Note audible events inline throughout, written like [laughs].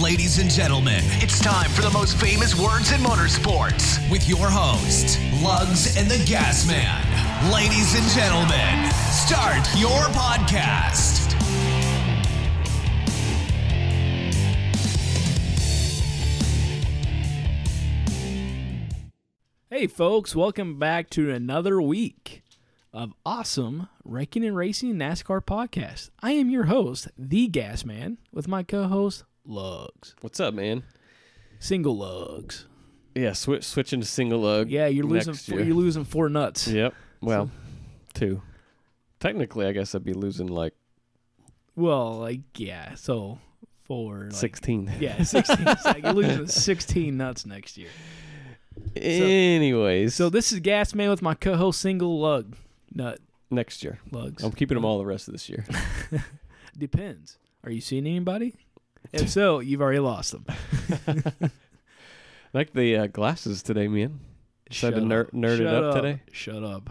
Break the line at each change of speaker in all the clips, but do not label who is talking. ladies and gentlemen, it's time for the most famous words in motorsports with your host, Lugs and the Gas Man. Ladies and gentlemen, start your podcast.
Hey, folks, welcome back to another week of awesome Wrecking and Racing NASCAR podcast. I am your host, The Gas Man, with my co host, Lugs.
What's up, man?
Single Lugs.
Yeah, switch switching to single lug.
Yeah, you're losing
next
four,
year.
you're losing four nuts.
[laughs] Yep. Well, two. Technically, I guess I'd be losing like
Well, like, yeah, so four. Like,
sixteen.
Yeah, 16. it's like you're
[laughs]
losing 16 nuts next year.
Anyways,
So this is Gas Man with my co host, Single Lug. Nut
next year,
Lugs.
I'm keeping them all the rest of this year.
Depends. Are you seeing
[laughs]
anybody? If so, you've already lost them.
like the uh, glasses today, man. Decided to
Shut
ner-
up.
nerd it
Shut
up, today.
Shut up.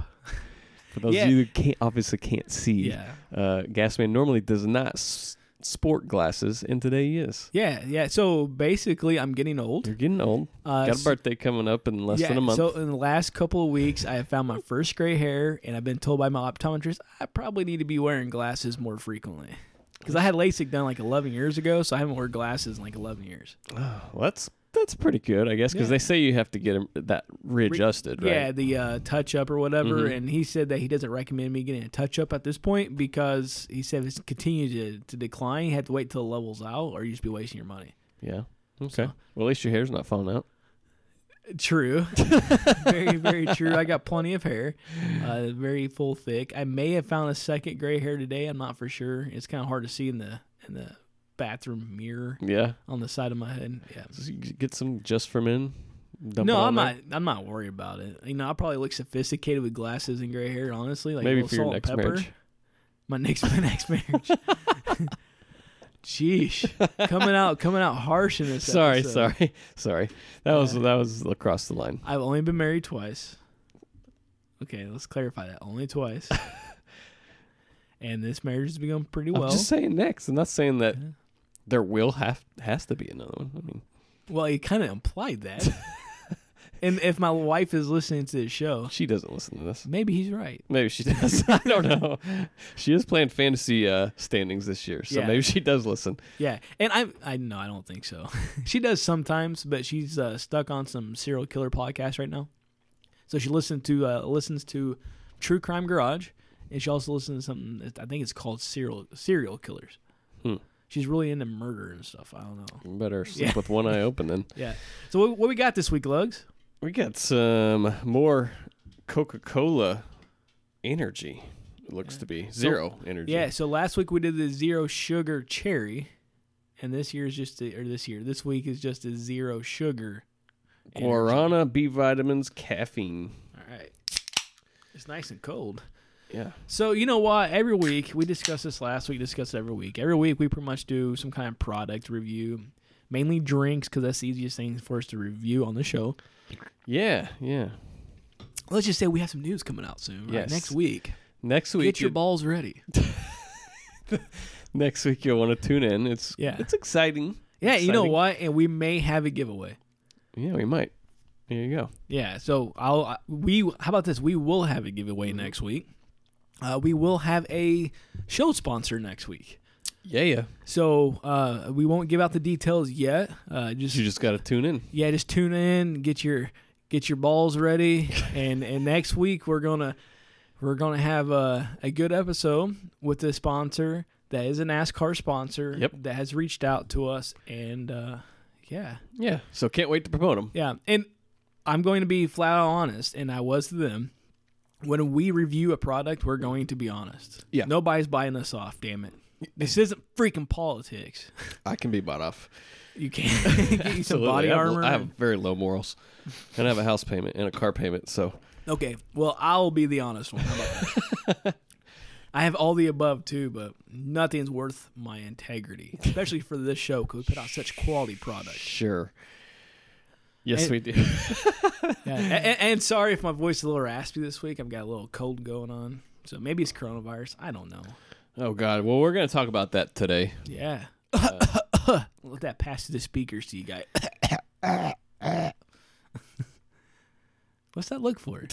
For those
Yeah.
of you who can't, obviously can't see,
Yeah.
uh, Gasman normally does not s- sport glasses, and today he is.
Yeah, yeah. So basically, I'm getting old.
You're getting old.
Uh,
Got a
so-
birthday coming up in less
yeah,
than a month.
So in the last couple of weeks, I have found my first gray hair, and I've been told by my optometrist I probably need to be wearing glasses more frequently. Because I had LASIK done like 11 years ago, so I haven't worn glasses in like 11 years.
[sighs] Well, that's that's pretty good, I guess, because
Yeah.
they say you have to get 'em- that readjusted, right?
Yeah, the uh, touch up or whatever.
Mhm.
And he said that he doesn't recommend me getting a touch up at this point because he said if it continues to, to decline, you have to wait till it levels out, or you just be wasting your money.
Yeah. Okay. Well, at least your hair's not falling out.
True. very, very true. I got plenty of hair. Uh, very full thick. I may have found a second gray hair today. I'm not for sure. It's kind of hard to see in the in the bathroom mirror
Yeah.
on the side of my head. Yeah.
Just you get some just for men. dump it
No,
on
I'm
there.
not. I'm not worried about it. You know, I probably look sophisticated with glasses and gray hair. Honestly, like a
Maybe
little
for your
salt and
next
pepper. [laughs]
marriage.
My next, my next
[laughs]
marriage. Jeez, coming out, coming out harsh in this.
Sorry,
episode.
sorry, [laughs] sorry. That was that was across the line.
I've only been married twice. Okay, let's clarify that. Only
[laughs]
twice. and this marriage has been going pretty well.
I'm just saying next. I'm not saying that there will have has to be another one. I mean,
well, you kind of implied
[laughs]
that. and if my wife is listening to this show,
she doesn't listen to this.
maybe he's right.
Maybe she [laughs] does. I don't know. She is playing fantasy uh, standings this year, so
Yeah.
maybe she does listen.
Yeah, and I, I no, I don't think so. [laughs] she does sometimes, but she's uh, stuck on some serial killer podcast right now. So she listens to uh, listens to True Crime Garage, and she also listens to something. that- I think it's called serial serial killers.
Hmm.
She's really into murder and stuff. I don't know.
You better sleep
Yeah.
with one eye open then.
Yeah. So what, what we got this week, Lugs?
We got some more Coca Cola energy. It looks to be zero energy.
Yeah. So last week we did the zero sugar cherry, and this year is just a, or this year this week is just a zero sugar. energy.
Guarana, B vitamins, caffeine.
All right. It's nice and cold.
Yeah.
So you know what? Every week we discuss this. Last week discuss it every week. Every week we pretty much do some kind of product review, mainly drinks because that's the easiest thing for us to review on the show.
Yeah. Yeah.
Let's just say we have some news coming out soon. Right?
Yes.
Next week,
Next week,
get your
you-
balls ready.
next week you'll want to tune in. It's
Yeah.
It's exciting.
Yeah. You know
Exciting.
what? And we may have a giveaway.
Yeah, we might. There you go.
Yeah, so I'll I- we how about this? We will have a giveaway
Mm-hmm.
next week. Uh, we will have a show sponsor next week.
Yeah. Yeah.
So uh, we won't give out the details yet. Uh, just
You just got to tune in.
yeah, just tune in, get your get your balls ready,
[laughs]
and and next week we're gonna we're gonna have a, a good episode with a sponsor that is a NASCAR sponsor
Yep.
that has reached out to us, and uh, yeah,
Yeah. So can't wait to promote them.
yeah, and I'm going to be flat out honest, and I was to them. When we review a product, we're going to be honest.
Yeah.
Nobody's buying us off, damn it. This isn't freaking politics.
I can be bought off.
You can't [laughs] get you some
Absolutely.
body
I have,
armor.
I have very low morals, and I have a house payment and a car payment. So
Okay, well, I'll be the honest one. How about that? I have all the above too, but nothing's worth my integrity, especially for this show because we put out such quality
[laughs]
product.
sure. Yes,
And-
we do.
Yeah. and, and sorry if my voice is a little raspy this week. I've got a little cold going on, so maybe it's coronavirus. I don't know.
Oh God! Well, we're gonna talk about that today.
Yeah. [laughs] Let that pass through the speakers to you guys. What's that look for?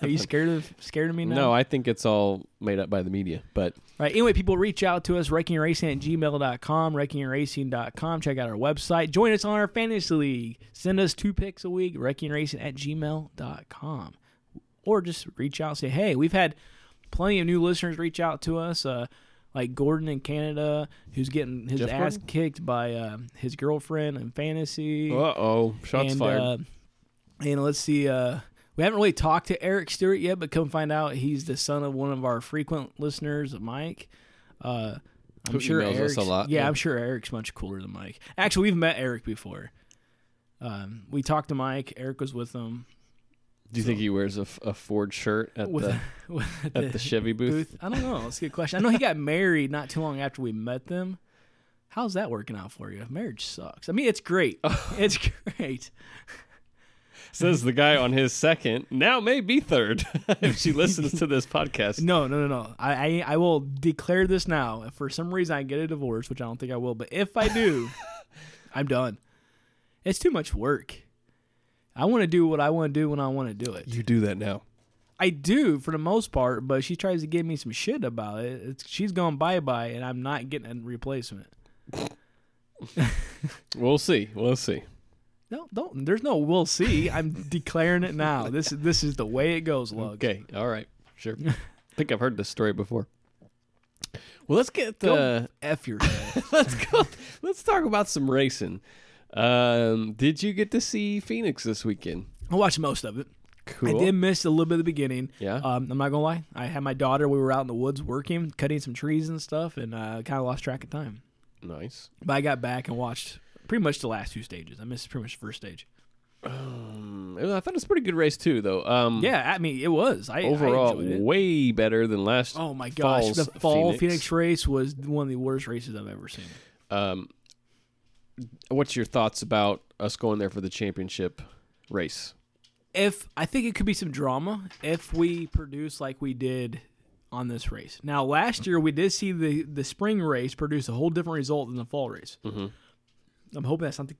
Are you scared of scared of me now?
No, I think it's all made up by the media. But
Right. Anyway, people reach out to us, rankingracing at gmail.com, rankingracing.com. Check out our website. Join us on our fantasy league. Send us two picks a week, rankingracing at gmail.com. Or just reach out and say, hey, we've had plenty of new listeners reach out to us, uh, like Gordon in Canada, who's getting his
Jeff
ass
Gordon?
kicked by uh, his girlfriend in fantasy.
uh oh, shots
and,
fired.
Uh, and let's see. Uh, we haven't really talked to Eric Stewart yet, but come find out, he's the son of one of our frequent listeners, Mike. Uh, I'm
Who
sure
emails us
Eric's,
a lot,
Yeah,
yeah.
I'm sure Eric's much cooler than Mike. Actually, we've met Eric before. Um, we talked to Mike. Eric was with him [laughs]
Do you think he wears a, f- a Ford shirt at
with,
the
with
at
[laughs]
the Chevy booth?
booth. I don't know. That's a good question. I know he got married not too long after we met them. How's that working out for you? Marriage sucks. I mean, it's
[laughs]
great. it's great.
Says the guy on his second, now maybe third, [laughs] if she listens to this podcast.
[laughs] No, no, no, no. I, I, I will declare this now. If for some reason I get a divorce, which I don't think I will, but if I do, I'm done. It's too much work. I want to do what I want to do when I want to do it.
You do that now.
I do for the most part, but she tries to give me some shit about it. It's, she's going bye bye, and I'm not getting a replacement.
We'll see. We'll see.
No, don't. There's no. We'll see. I'm declaring it now. This is this is the way it goes, Lug.
Okay. All right.
[laughs]
Sure. I think I've heard this story before. Well, let's get
Go
the
f yourself.
let's go. Let's talk about some racing. Um, did you get to see Phoenix this weekend?
I watched most of it.
Cool.
I did miss a little bit of the beginning.
Yeah?
Um, I'm not gonna lie. I had my daughter. We were out in the woods working, cutting some trees and stuff, and uh, kind of lost track of time.
Nice.
But I got back and watched pretty much the last two stages. I missed pretty much the first stage.
Mm, I thought it was a pretty good race too, though. Um,
Yeah, I mean it was. I I
Overall,
enjoyed it.
way better than last.
Oh my gosh,
fall's
the fall Phoenix.
Phoenix.
race was one of the worst races I've ever seen.
Um, what's your thoughts about us going there for the championship race?
if I think it could be some drama if we produce like we did on this race. Now, last year we did see the the spring race produce a whole different result than the fall race.
Mm-hmm.
I'm hoping that's something.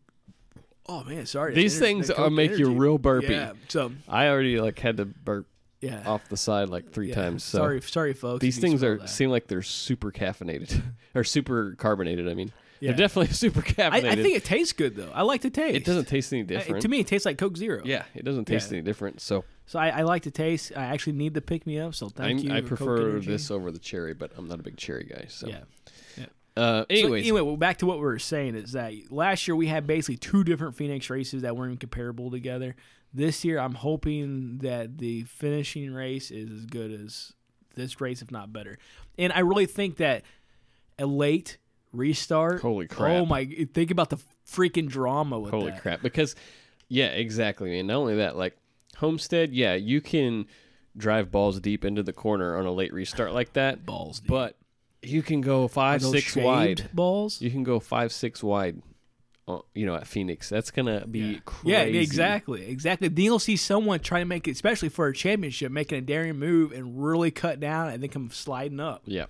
Oh man, sorry. That's
These
ener-
things
that
are-
Coke
make you
energy.
real burpy.
Yeah. So
I already like had to burp
yeah.
off the side like three
yeah.
times. So
Sorry, sorry, folks.
these
if you
things
smell
are
that.
seem like they're super caffeinated [laughs] or super carbonated. I mean,
Yeah.
they're definitely [laughs] super
I,
caffeinated.
I think it tastes good though. I like the taste.
it doesn't taste any
Uh,
different.
to me, it tastes like Coke Zero.
yeah, it doesn't taste
Yeah.
any different. So
So I, I like the taste. I actually need to pick me up. So
I,
thank you.
I
Coke
prefer
Energy.
this over the cherry, but I'm not a big cherry guy. So
Yeah.
Uh,
So
anyways,
anyway, well, back to what we were saying is that last year we had basically two different Phoenix races that weren't even comparable together. This year, I'm hoping that the finishing race is as good as this race, if not better. And I really think that a late restart.
Holy crap.
Oh my! Think about the freaking drama with
Holy
that.
crap! Because yeah, exactly. And not only that, like Homestead, yeah, you can drive balls deep into the corner on a late restart like that,
Balls, dude.
but you can go five
Those
six
shaved
wide.
balls.
You can go five six wide. uh, You know, at Phoenix, that's gonna be crazy.
Yeah, exactly, exactly. Then you'll see someone try to make it, especially for a championship, making a daring move and really cut down, and then come sliding up.
Yeah.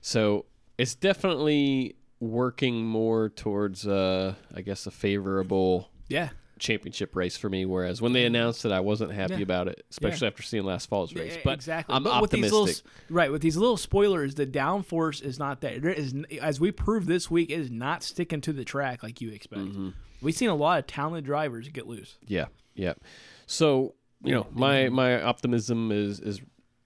So it's definitely working more towards, uh, I guess, a favorable
Yeah,
championship race for me. Whereas when they announced it, I wasn't happy
Mm. Yeah.
about it, especially after seeing last fall's race.
Yeah,
But
E, exactly.
I'm
But
optimistic.
With these little, right, with these little spoilers, the downforce is not there. There is, as we proved this week, it is not sticking to the track like you expect.
Mm-hmm.
We've seen a lot of talented drivers get loose.
Yeah, yeah. So you know, my my optimism is is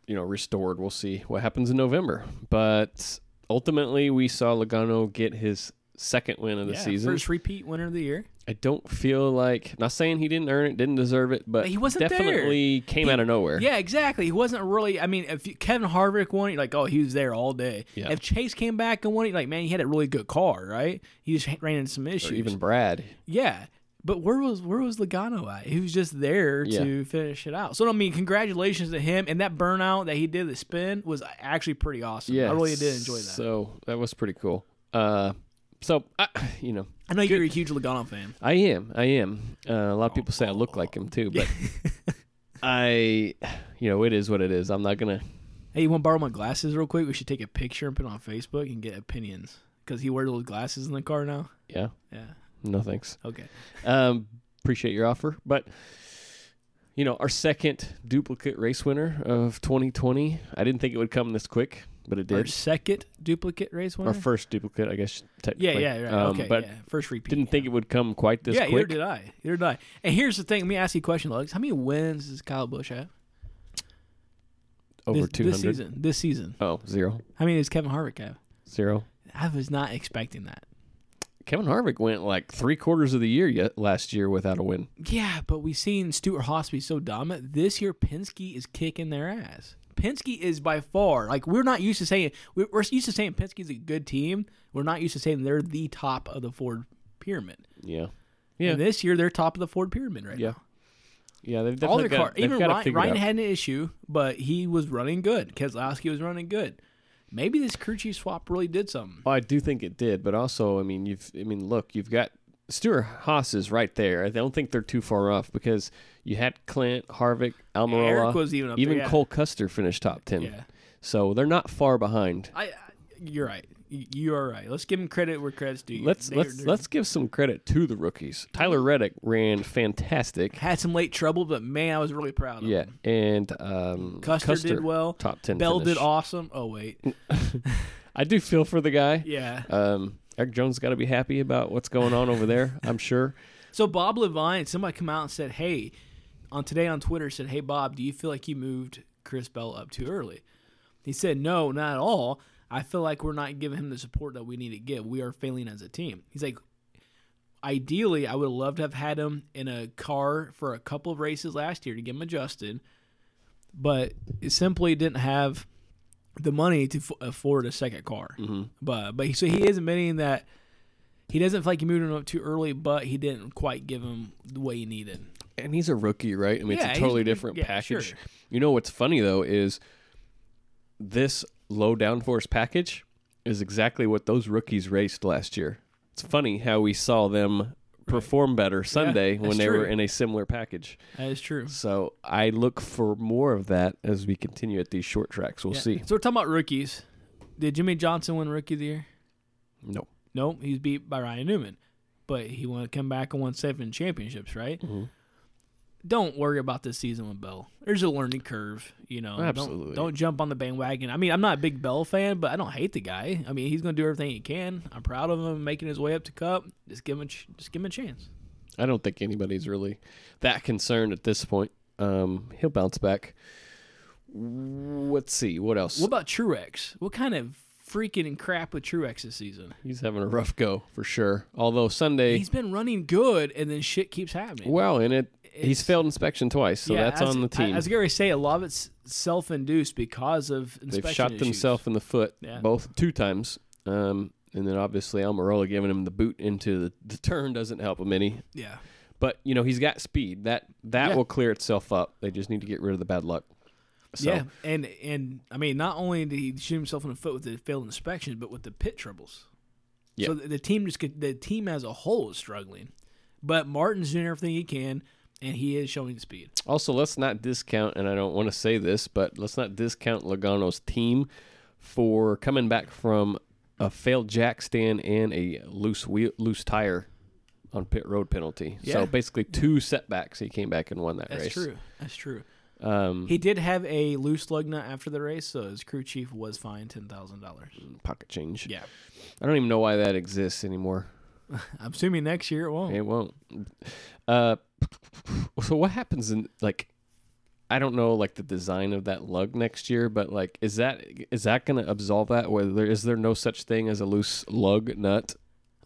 you know restored. We'll see what happens in November, but ultimately we saw Logano get his second win of the season.
first repeat winner of the year.
I don't feel like not saying he didn't earn it, didn't deserve it, but
He wasn't there.
definitely came out of nowhere.
Yeah, exactly. He wasn't really. I mean, if you, Kevin Harvick won, you're like, oh, he was there all day.
Yeah.
If Chase came back and won, you're like, man, he had a really good car, right? He just ran into some issues.
Or even Brad.
Yeah. But where was where was Logano at? He was just there
Yeah.
to finish it out. So I mean, congratulations to him and that burnout that he did the spin was actually pretty awesome.
Yeah,
I really did enjoy that.
So that was pretty cool. Uh, so I, you know,
I know you're a huge Logano fan.
I am. I am. Uh, a lot of people say I look like him too,
[laughs]
but I, you know, it is what it is. I'm not gonna.
Hey, you want to borrow my glasses real quick? We should take a picture and put it on Facebook and get opinions because he wears those glasses in the car now.
Yeah.
Yeah.
No thanks.
Okay.
Um, appreciate your offer, but you know, our second duplicate race winner of 2020. I didn't think it would come this quick, but it
Our
did.
second duplicate race
Our,
winner.
first duplicate, I guess
yeah,
technically.
yeah, right.
Um,
okay,
But
yeah. First repeat.
didn't think it would come quite this
yeah,
quick.
either did I. Either did I. And here's the thing. Let me ask you a question, Alex. How many wins does Kyle Busch have?
Over
this,
200.
This season. This season.
Oh, zero,
How many does Kevin Harvick have?
zero.
I was not expecting that.
Kevin Harvick went like three quarters of the year yet last year without a win.
Yeah, but we've seen Stuart Haas be so dominant. This year, Penske is kicking their ass. Penske is by far like we're not used to saying we- we're used to saying Penske's a good team. We're not used to saying they're the top of the Ford pyramid.
Yeah, yeah,
And this year, they're top of the Ford pyramid right
yeah,
now.
yeah. They've
All
definitely
their
got,
car,
they've
even
got to
Ryan,
figure it
Ryan
out.
had an issue, but he was running good. Keselowski was running good. Maybe this crew chief swap really did something.
Well, I do think it did, but also, I mean, you've, I mean, look, you've got Stuart Haas is right there. I don't think they're too far off because you had Clint Harvick, Almirola,
Eric was even up there, yeah.
Cole Custer finished top ten.
Yeah.
So they're not far behind.
I, I you're right. You- You are right. Let's give him credit where credit's due.
Let's
They-
let's
they're-
let's give some credit to the rookies. Tyler Reddick ran fantastic.
had some late trouble, but man, I was really proud of him.
Yeah, and um,
Custer, did well.
Top ten.
Bell
finish.
did awesome. Oh wait,
I do feel for the guy. [laughs]
yeah.
Um, Eric Jones got to be happy about what's going on over [laughs] there. I'm sure.
So Bob Levine, somebody come out and said, "Hey," on today on Twitter said, "Hey Bob, do you feel like you moved Chris Bell up too early?" He said, "No, not at all. I feel like we're not giving him the support that we need to give. We are failing as a team." He's like, "Ideally, I would have loved to have had him in a car for a couple of races last year to get him adjusted, but it simply didn't have." The money to f- afford a second car, but but he, so he is admitting that he doesn't feel like he moved him up too early, but he didn't quite give him the way he needed.
And he's a rookie, right? I mean,
Yeah,
it's
he's-
a totally different
yeah,
package.
sure.
You know what's funny though is this low downforce package is exactly what those rookies raced last year. It's funny how we saw them perform better Sunday
that's
when they
true.
were in a similar package.
That is true.
So I look for more of that as we continue at these short tracks. We'll see.
So we're talking about rookies. Did Jimmy Johnson win Rookie of the Year?
No.
Nope, he was beat by Ryan Newman, but he won come back and won seven championships, right?
Mm-hmm.
Don't worry about this season with Bell. There's a learning curve, you know. Don't-
Absolutely.
Don't, jump on the bandwagon. I mean, I'm not a big Bell fan, but I don't hate the guy. I mean, he's going to do everything he can. I'm proud of him making his way up to Cup. Just give him, a ch- just give him a chance.
I don't think anybody's really that concerned at this point. Um, he'll bounce back. Let's see what else.
What about Truex? What kind of freaking crap with Truex this season?
He's having a rough go for sure. Although Sunday,
He's been running good, and then shit keeps happening.
well, and it he's
It's-
failed inspection twice, so that's
as-
on the
I,
team.
I was gonna say a lot of it's self-induced because of inspection
They've shot
issues.
themselves in the foot
Yeah.
both two times, um, and then obviously Almirola giving him the boot into the, the turn doesn't help him any.
Yeah,
But you know he's got speed that that
Yeah.
will clear itself up. They just need to get rid of the bad luck. So,
yeah, and and I mean, not only did he shoot himself in the foot with the failed inspection, but with the pit troubles.
Yeah.
So the, the team just could, the team as a whole is struggling, but Martin's doing everything he can, and he is showing speed.
Also, let's not discount, and I don't want to say this, but let's not discount Logano's team for coming back from a failed jack stand and a loose wheel, loose tire on pit road penalty.
Yeah.
So basically, two setbacks. He came back and won that
That's
race.
true. That's true.
Um,
He did have a loose lug nut after the race, so his crew chief was fined ten thousand dollars.
pocket change.
Yeah,
I don't even know why that exists anymore.
I'm assuming next year it won't.
It won't. Uh, so what happens in like? I don't know, like the design of that lug next year, but like, is that is that going to absolve that? Whether there, is there no such thing as a loose lug nut?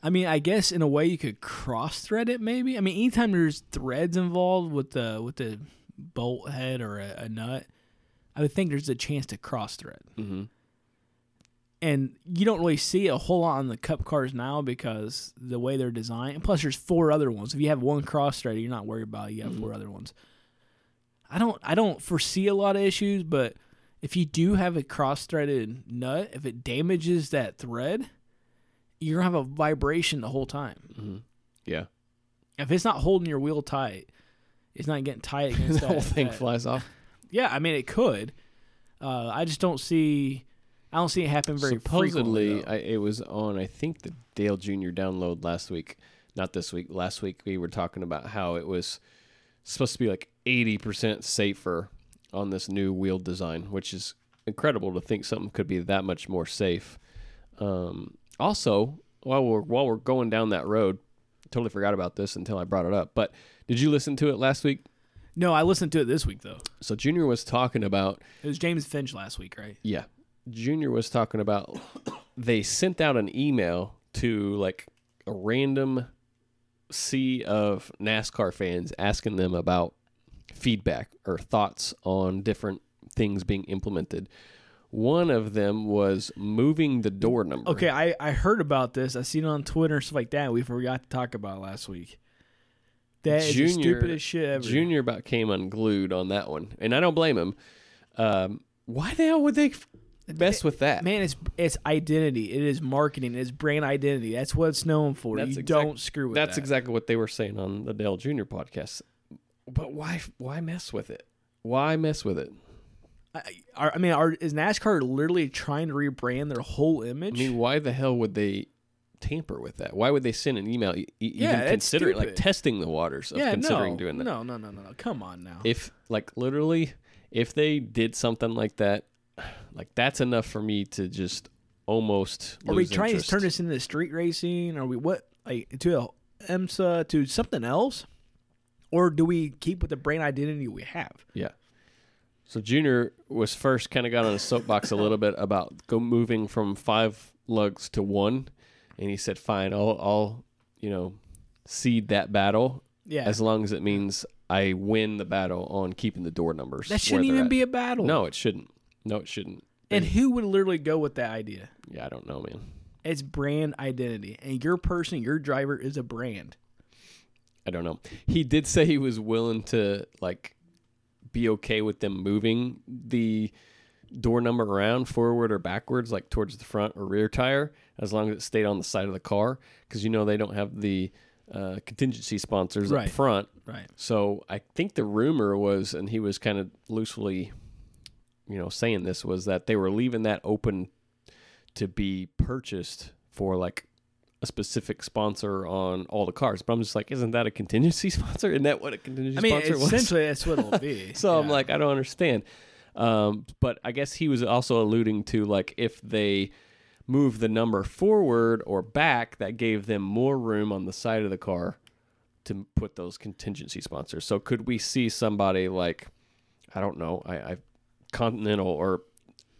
I mean, I guess in a way you could cross thread it, maybe. I mean, anytime there's threads involved with the with the bolt head or a, a nut, I would think there's a chance to cross thread. Mm-hmm. And you don't really see a whole lot on the cup cars now because the way they're designed. And plus, there's four other ones. If you have one cross thread, you're not worried about. It. You have four other ones. I don't. I don't foresee a lot of issues, but if you do have a cross threaded nut, if it damages that thread you're gonna have a vibration the whole time.
Yeah, [laughs]
If it's not holding your wheel tight, it's not getting
[laughs]
tight
the
against that
whole thing
that-
flies off.
Yeah, I mean it could. Uh, I just don't see I don't see it happen very
Supposedly,
frequently.
I, it was on I think the Dale Jr. download last week, not this week. Last week we were talking about how it was supposed to be like eighty percent safer on this new wheel design, which is incredible to think something could be that much more safe. Um, also, while we're while we're going down that road, totally forgot about this until I brought it up. But did you listen to it last week?
no, I listened to it this week though.
So Junior was talking about
It was James Finch last week, right?
yeah. Junior was talking about they sent out an email to like a random sea of NASCAR fans asking them about feedback or thoughts on different things being implemented. One of them was moving the door number.
Okay, I, I heard about this. I seen it on Twitter and stuff like that. We forgot to talk about it last week. That is the stupidest shit ever.
Junior about came unglued on that one, and I don't blame him. Um, why the hell would they f- mess with that?
Man, it's it's identity. It is marketing. It's brand identity. That's what it's known for.
That's
you
exact-
don't screw with
That's
that.
exactly what they were saying on the Dale Jr. podcast. But why? Why mess with it? Why mess with it?
Are- I mean, are, is NASCAR literally trying to rebrand their whole
I
image?
mean, why the hell would they tamper with that? Why would they send an email e- e-
Yeah,
even
that's
considering like
stupid.
testing the waters of
yeah,
considering
no,
doing that?
No, no, no, no, no. Come on now.
If like literally, if they did something like that, like that's enough for me to just almost.
are we
lose
trying
interest.
to turn this into street racing? Are we what like to a EMSA to something else? Or do we keep with the brand identity we have?
Yeah. So Junior was first kind of got on a soapbox a little bit about go moving from five lugs to one, and he said, "Fine, I'll, I'll you know, cede that battle
Yeah.
as long as it means I win the battle on keeping the door numbers." where
that shouldn't
they're
even
at."
be a battle.
No, it shouldn't. No, it shouldn't.
And who would literally go with that idea?
Yeah, I don't know, man.
It's brand identity. And your person, your driver is a brand.
I don't know. He did say he was willing to like be okay with them moving the door number around forward or backwards, like towards the front or rear tire, as long as it stayed on the side of the car, because you know they don't have the uh, contingency sponsors
Right.
up front.
Right.
So I think the rumor was, and he was kind of loosely, you know, saying this was that they were leaving that open to be purchased for like a specific sponsor on all the cars. But I'm just like, isn't that a contingency [laughs] sponsor? Isn't that what a contingency
I mean,
sponsor was?
essentially that's what it'll [laughs] be.
[laughs] So I'm
Yeah.
like, I don't understand. Um, but I guess he was also alluding to like if they move the number forward or back, that gave them more room on the side of the car to put those contingency sponsors. So could we see somebody like, I don't know, I, I Continental or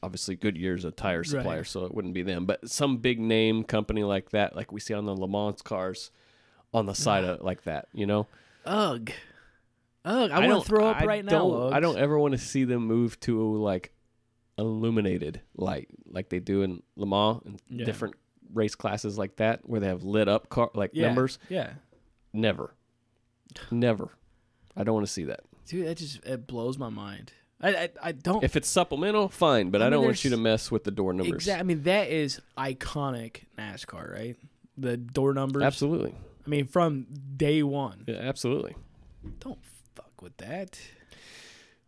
obviously Goodyear's a tire supplier,
Right.
so it wouldn't be them, but some big name company like that, like we see on the Le Mans cars on
[sighs]
the side of like that, you know?
Ugh. Ugh. I, want to throw up
I
right now.
don't-
Uggs.
I don't ever want to see them move to like illuminated light, like they do in Le Mans and
Yeah.
different race classes like that, where they have lit up car like
Yeah.
numbers.
Yeah.
Never, never. I don't want to see that.
Dude, that just it blows my mind. I I, I don't
If it's supplemental, fine, but I,
I mean,
don't want you to
there's-
mess with the door numbers.
exactly. I mean, that is iconic NASCAR, right? The door numbers.
Absolutely,
I mean, from day one.
yeah, absolutely.
Don't fuck with that.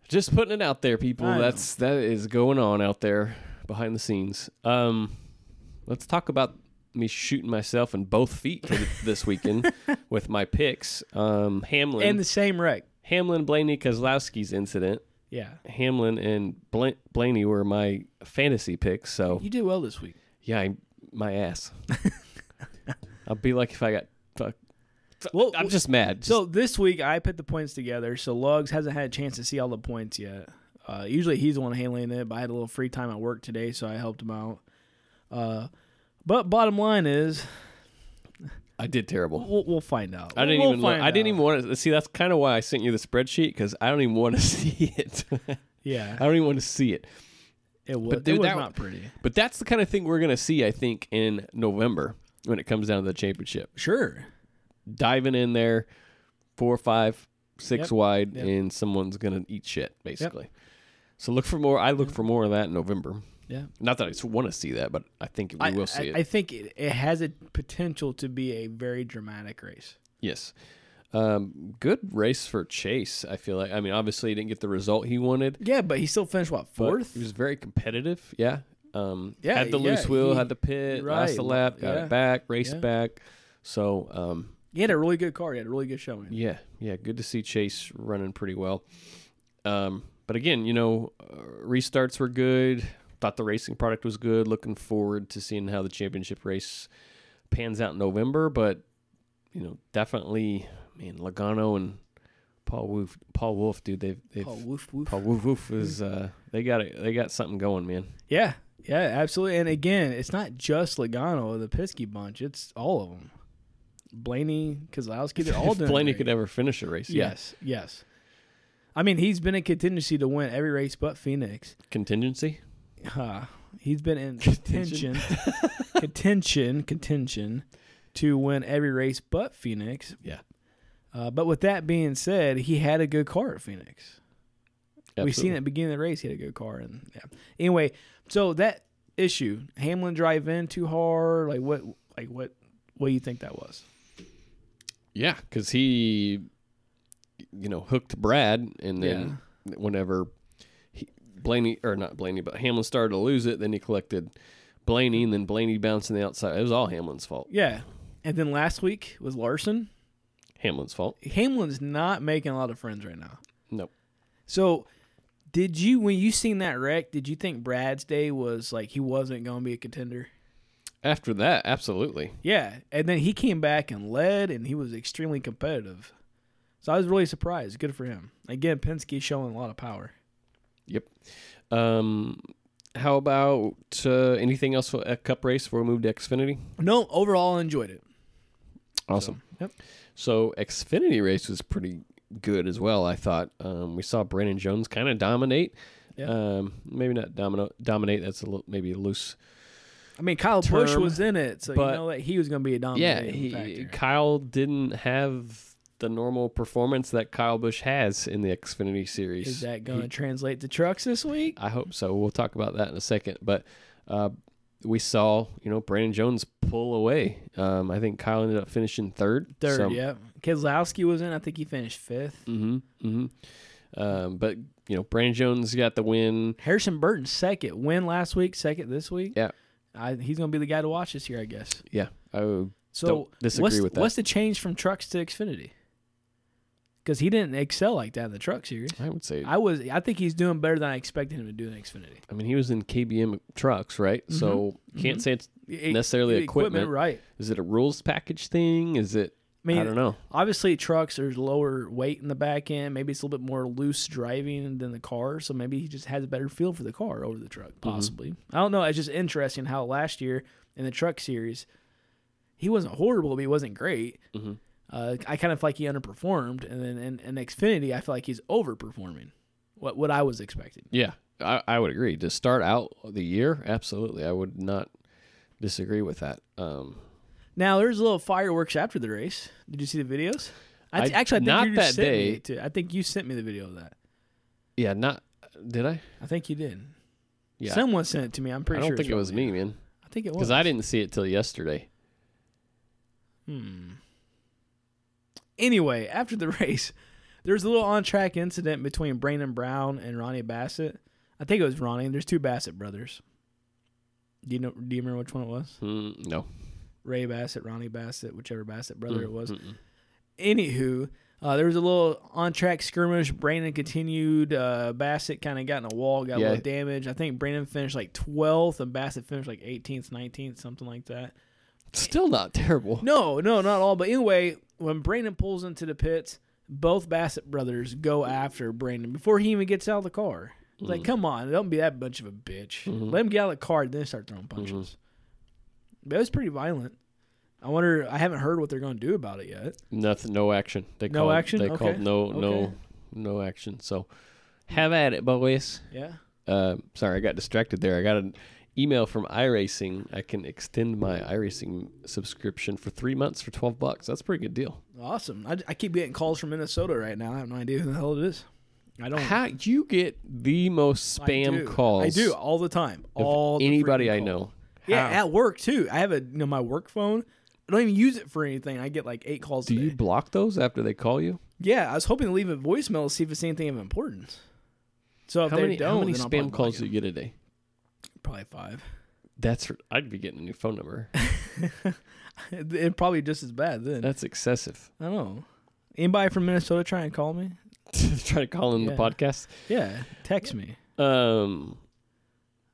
Just putting it out there, people.
I know.
That's that is going on out there behind the scenes. Um, let's talk about me shooting myself in both feet for th-
[laughs]
this weekend with my picks. Um, Hamlin,
And the same wreck.
Hamlin Blaney Kozlowski's incident.
Yeah.
Hamlin and Blan- Blaney were my fantasy picks. So
You did well this week.
yeah, I, my ass.
[laughs]
I'll be like if I got. Fuck.
Well,
I'm just mad. Just-
so this week I put the points together. So Lugs hasn't had a chance to see all the points yet. Uh, usually he's the one handling it, but I had a little free time at work today, so I helped him out. Uh, but bottom line is,
I did terrible.
we'll, we'll find out.
I didn't
We'll
even. Look,
find
I didn't
out.
even want to see. That's kind of why I sent you the spreadsheet because I don't even want to [laughs] see it. I
Yeah,
don't even want to see it.
it was.
but dude,
it was
that-
not pretty.
But that's the kind of thing we're gonna see. I think in November when it comes down to the championship,
Sure.
diving in there, four, five, six
Yep.
wide,
Yep.
and someone's gonna eat shit basically. So look for more. I look for more of that in November.
Yeah.
Not that I just want to see that, but I think we
I,
will see
I,
it.
I think it, it has a potential to be a very dramatic race.
yes. Um, good race for Chase. I feel like. I mean, obviously he didn't get the result he wanted.
Yeah, but he still finished what
but
fourth.
He was very competitive. Yeah. Um,
Yeah,
had the
yeah,
loose wheel,
he-
had the pit,
right,
lost the lap, got
yeah,
it back, raced
yeah.
back. So um,
He had a really good car. He had a really good showing.
yeah, yeah, good to see Chase running pretty well. Um, but again, you know, uh, restarts were good. Thought the racing product was good. Looking forward to seeing how the championship race pans out in November. But you know, definitely, man, Logano and Paul Wolf, Paul Wolf, dude, they've they've
Oh, woof woof.
Paul Wolf, Wolf is uh, they got it, they got something going, man.
Yeah, yeah, absolutely. And again, it's not just Logano or the Pisky bunch; it's all of them. Blaney, Kozlowski, they're
[laughs]
all
if
doing.
Blaney
great.
could ever finish a race, yeah.
Yes, yes. I mean, he's been in contingency to win every race but Phoenix.
Contingency,
Huh. He's been in contention, contention, contention to win every race but Phoenix.
yeah.
Uh, but with that being said, he had a good car at Phoenix. We've seen
absolutely.
it at the beginning of the race. He had a good car, and yeah. Anyway, so that issue, Hamlin drive in too hard. Like what? Like what? What do you think that was?
Yeah, because he, you know, hooked Brad, and then whenever he, Blaney or not Blaney, but Hamlin started to lose it, then he collected Blaney, and then Blaney bouncing the outside. It was all Hamlin's fault.
Yeah. And then last week was Larson.
Hamlin's fault.
Hamlin's not making a lot of friends right now.
Nope.
So, did you when you seen that wreck? Did you think Brad's day was like he wasn't going to be a contender?
After that, absolutely.
Yeah, and then he came back and led, and he was extremely competitive. So I was really surprised. Good for him. Again, Penske showing a lot of power.
Yep. Um, how about uh, anything else for a cup race before we move to Xfinity?
No, overall I enjoyed it.
Awesome.
Yep.
So Xfinity race was pretty good as well. I thought um, we saw Brandon Jones kind of dominate.
Yeah.
Um, maybe not domino dominate. That's a little maybe loose.
I mean, Kyle Busch
Term,
was in it, so
but-
you know that he was going to be a
Yeah.
dominating
He,
factor.
Kyle didn't have the normal performance that Kyle Busch has in the Xfinity series.
Is that going to translate to trucks this week?
I hope so. We'll talk about that in a second. But uh, we saw you know Brandon Jones pull away. Um, I think Kyle ended up finishing third.
Third,
So-
yeah. Keselowski was in. I think he finished fifth.
hmm
Mm-hmm,
hmm Um, but you know, Brandon Jones got the win.
Harrison Burton second. Win last week, second this week.
Yeah,
I, he's going to be the guy to watch this year, I guess.
yeah. I
So
Don't disagree
what's,
with that.
What's the change from trucks to Xfinity? Because he didn't excel like that in the truck series.
I would say. I,
I was I think he's doing better than I expected him to do in Xfinity.
mean, he was in KBM trucks, right? So
Mm-hmm.
can't say it's
It-
necessarily
the
equipment.
E, right?
Is it a rules package thing? Is it?
I
I,
mean,
don't know.
Obviously, trucks are lower weight in the back end. Maybe it's a little bit more loose driving than the car, so maybe he just has a better feel for the car over the truck.
Mm-hmm.
Possibly, I don't know. It's just interesting how last year in the truck series, he wasn't horrible, but he wasn't great.
Mm-hmm.
Uh, I kind of feel like he underperformed, and then in, in Xfinity, I feel like he's overperforming what what I was expecting.
Yeah, I, I would agree. To start out the year, absolutely, I would not disagree with that. Um,
Now there's a little fireworks after the race. Did you see the videos? I,
I-
actually I think
not
you just
that
sent
day.
Me to, I think you sent me the video of that.
yeah, not. Did I?
I think you did.
Yeah.
Someone sent it to me. I'm
I
pretty
don't
sure.
think
it's
it was
from you.
me, man,
I think it was.
because I didn't see it till yesterday.
Anyway, after the [laughs] race, there was a little on track incident between Brandon Brown and Ronnie Bassett. I think it was Ronnie. There's two Bassett brothers. Do you know? Do you remember which one it was?
Mm, no.
Ray Bassett, Ronnie Bassett, whichever Bassett brother it was.
Mm-hmm.
Anywho, uh, there was a little on track skirmish. Brandon continued. Uh, Bassett kind of got in a wall, got a
Yeah.
little damage. I think Brandon finished like 12th, and Bassett finished like 18th, 19th, something like that.
Still not terrible.
No, no, not all. But anyway, when Brandon pulls into the pits, both Bassett brothers go after Brandon before he even gets out of the car. It's
Mm.
like, come on, don't be that bunch of a bitch.
Mm-hmm.
Let him get out of the car, then start throwing punches. But it was pretty violent. I wonder. I haven't heard what they're going to do about it yet.
Nothing. No action. They
No
called,
action?
They
Okay.
called no
Okay.
no no action. So have at it, boys.
Yeah.
Uh, sorry, I got distracted there. I got an email from iRacing. I can extend my iRacing subscription for three months for twelve bucks. That's a pretty good deal.
Awesome. I, I keep getting calls from Minnesota right now. I have no idea who the hell it is. I don't.
How you get the most
Oh. I
spam
do.
calls?
I do all the time.
of
All the
anybody
freaking
I
calls.
know.
Yeah,
How?
at work too. I have a you know my work phone. I don't even use it for anything. I get like eight calls.
Do
a
you
day.
block those after they call you?
Yeah, I was hoping to leave a voicemail to see if it's anything of importance. So if
How
they
many
don't,
how many
then I'll
spam
probably
calls do
block
you get a day?
it. Probably five. [laughs]
That's I'd be getting a new phone number.
It, it probably just as bad then.
That's excessive. [laughs]
I don't know. Anybody from Minnesota try and call me?
Try to call in
Yeah.
the podcast.
Yeah, text me.
Um,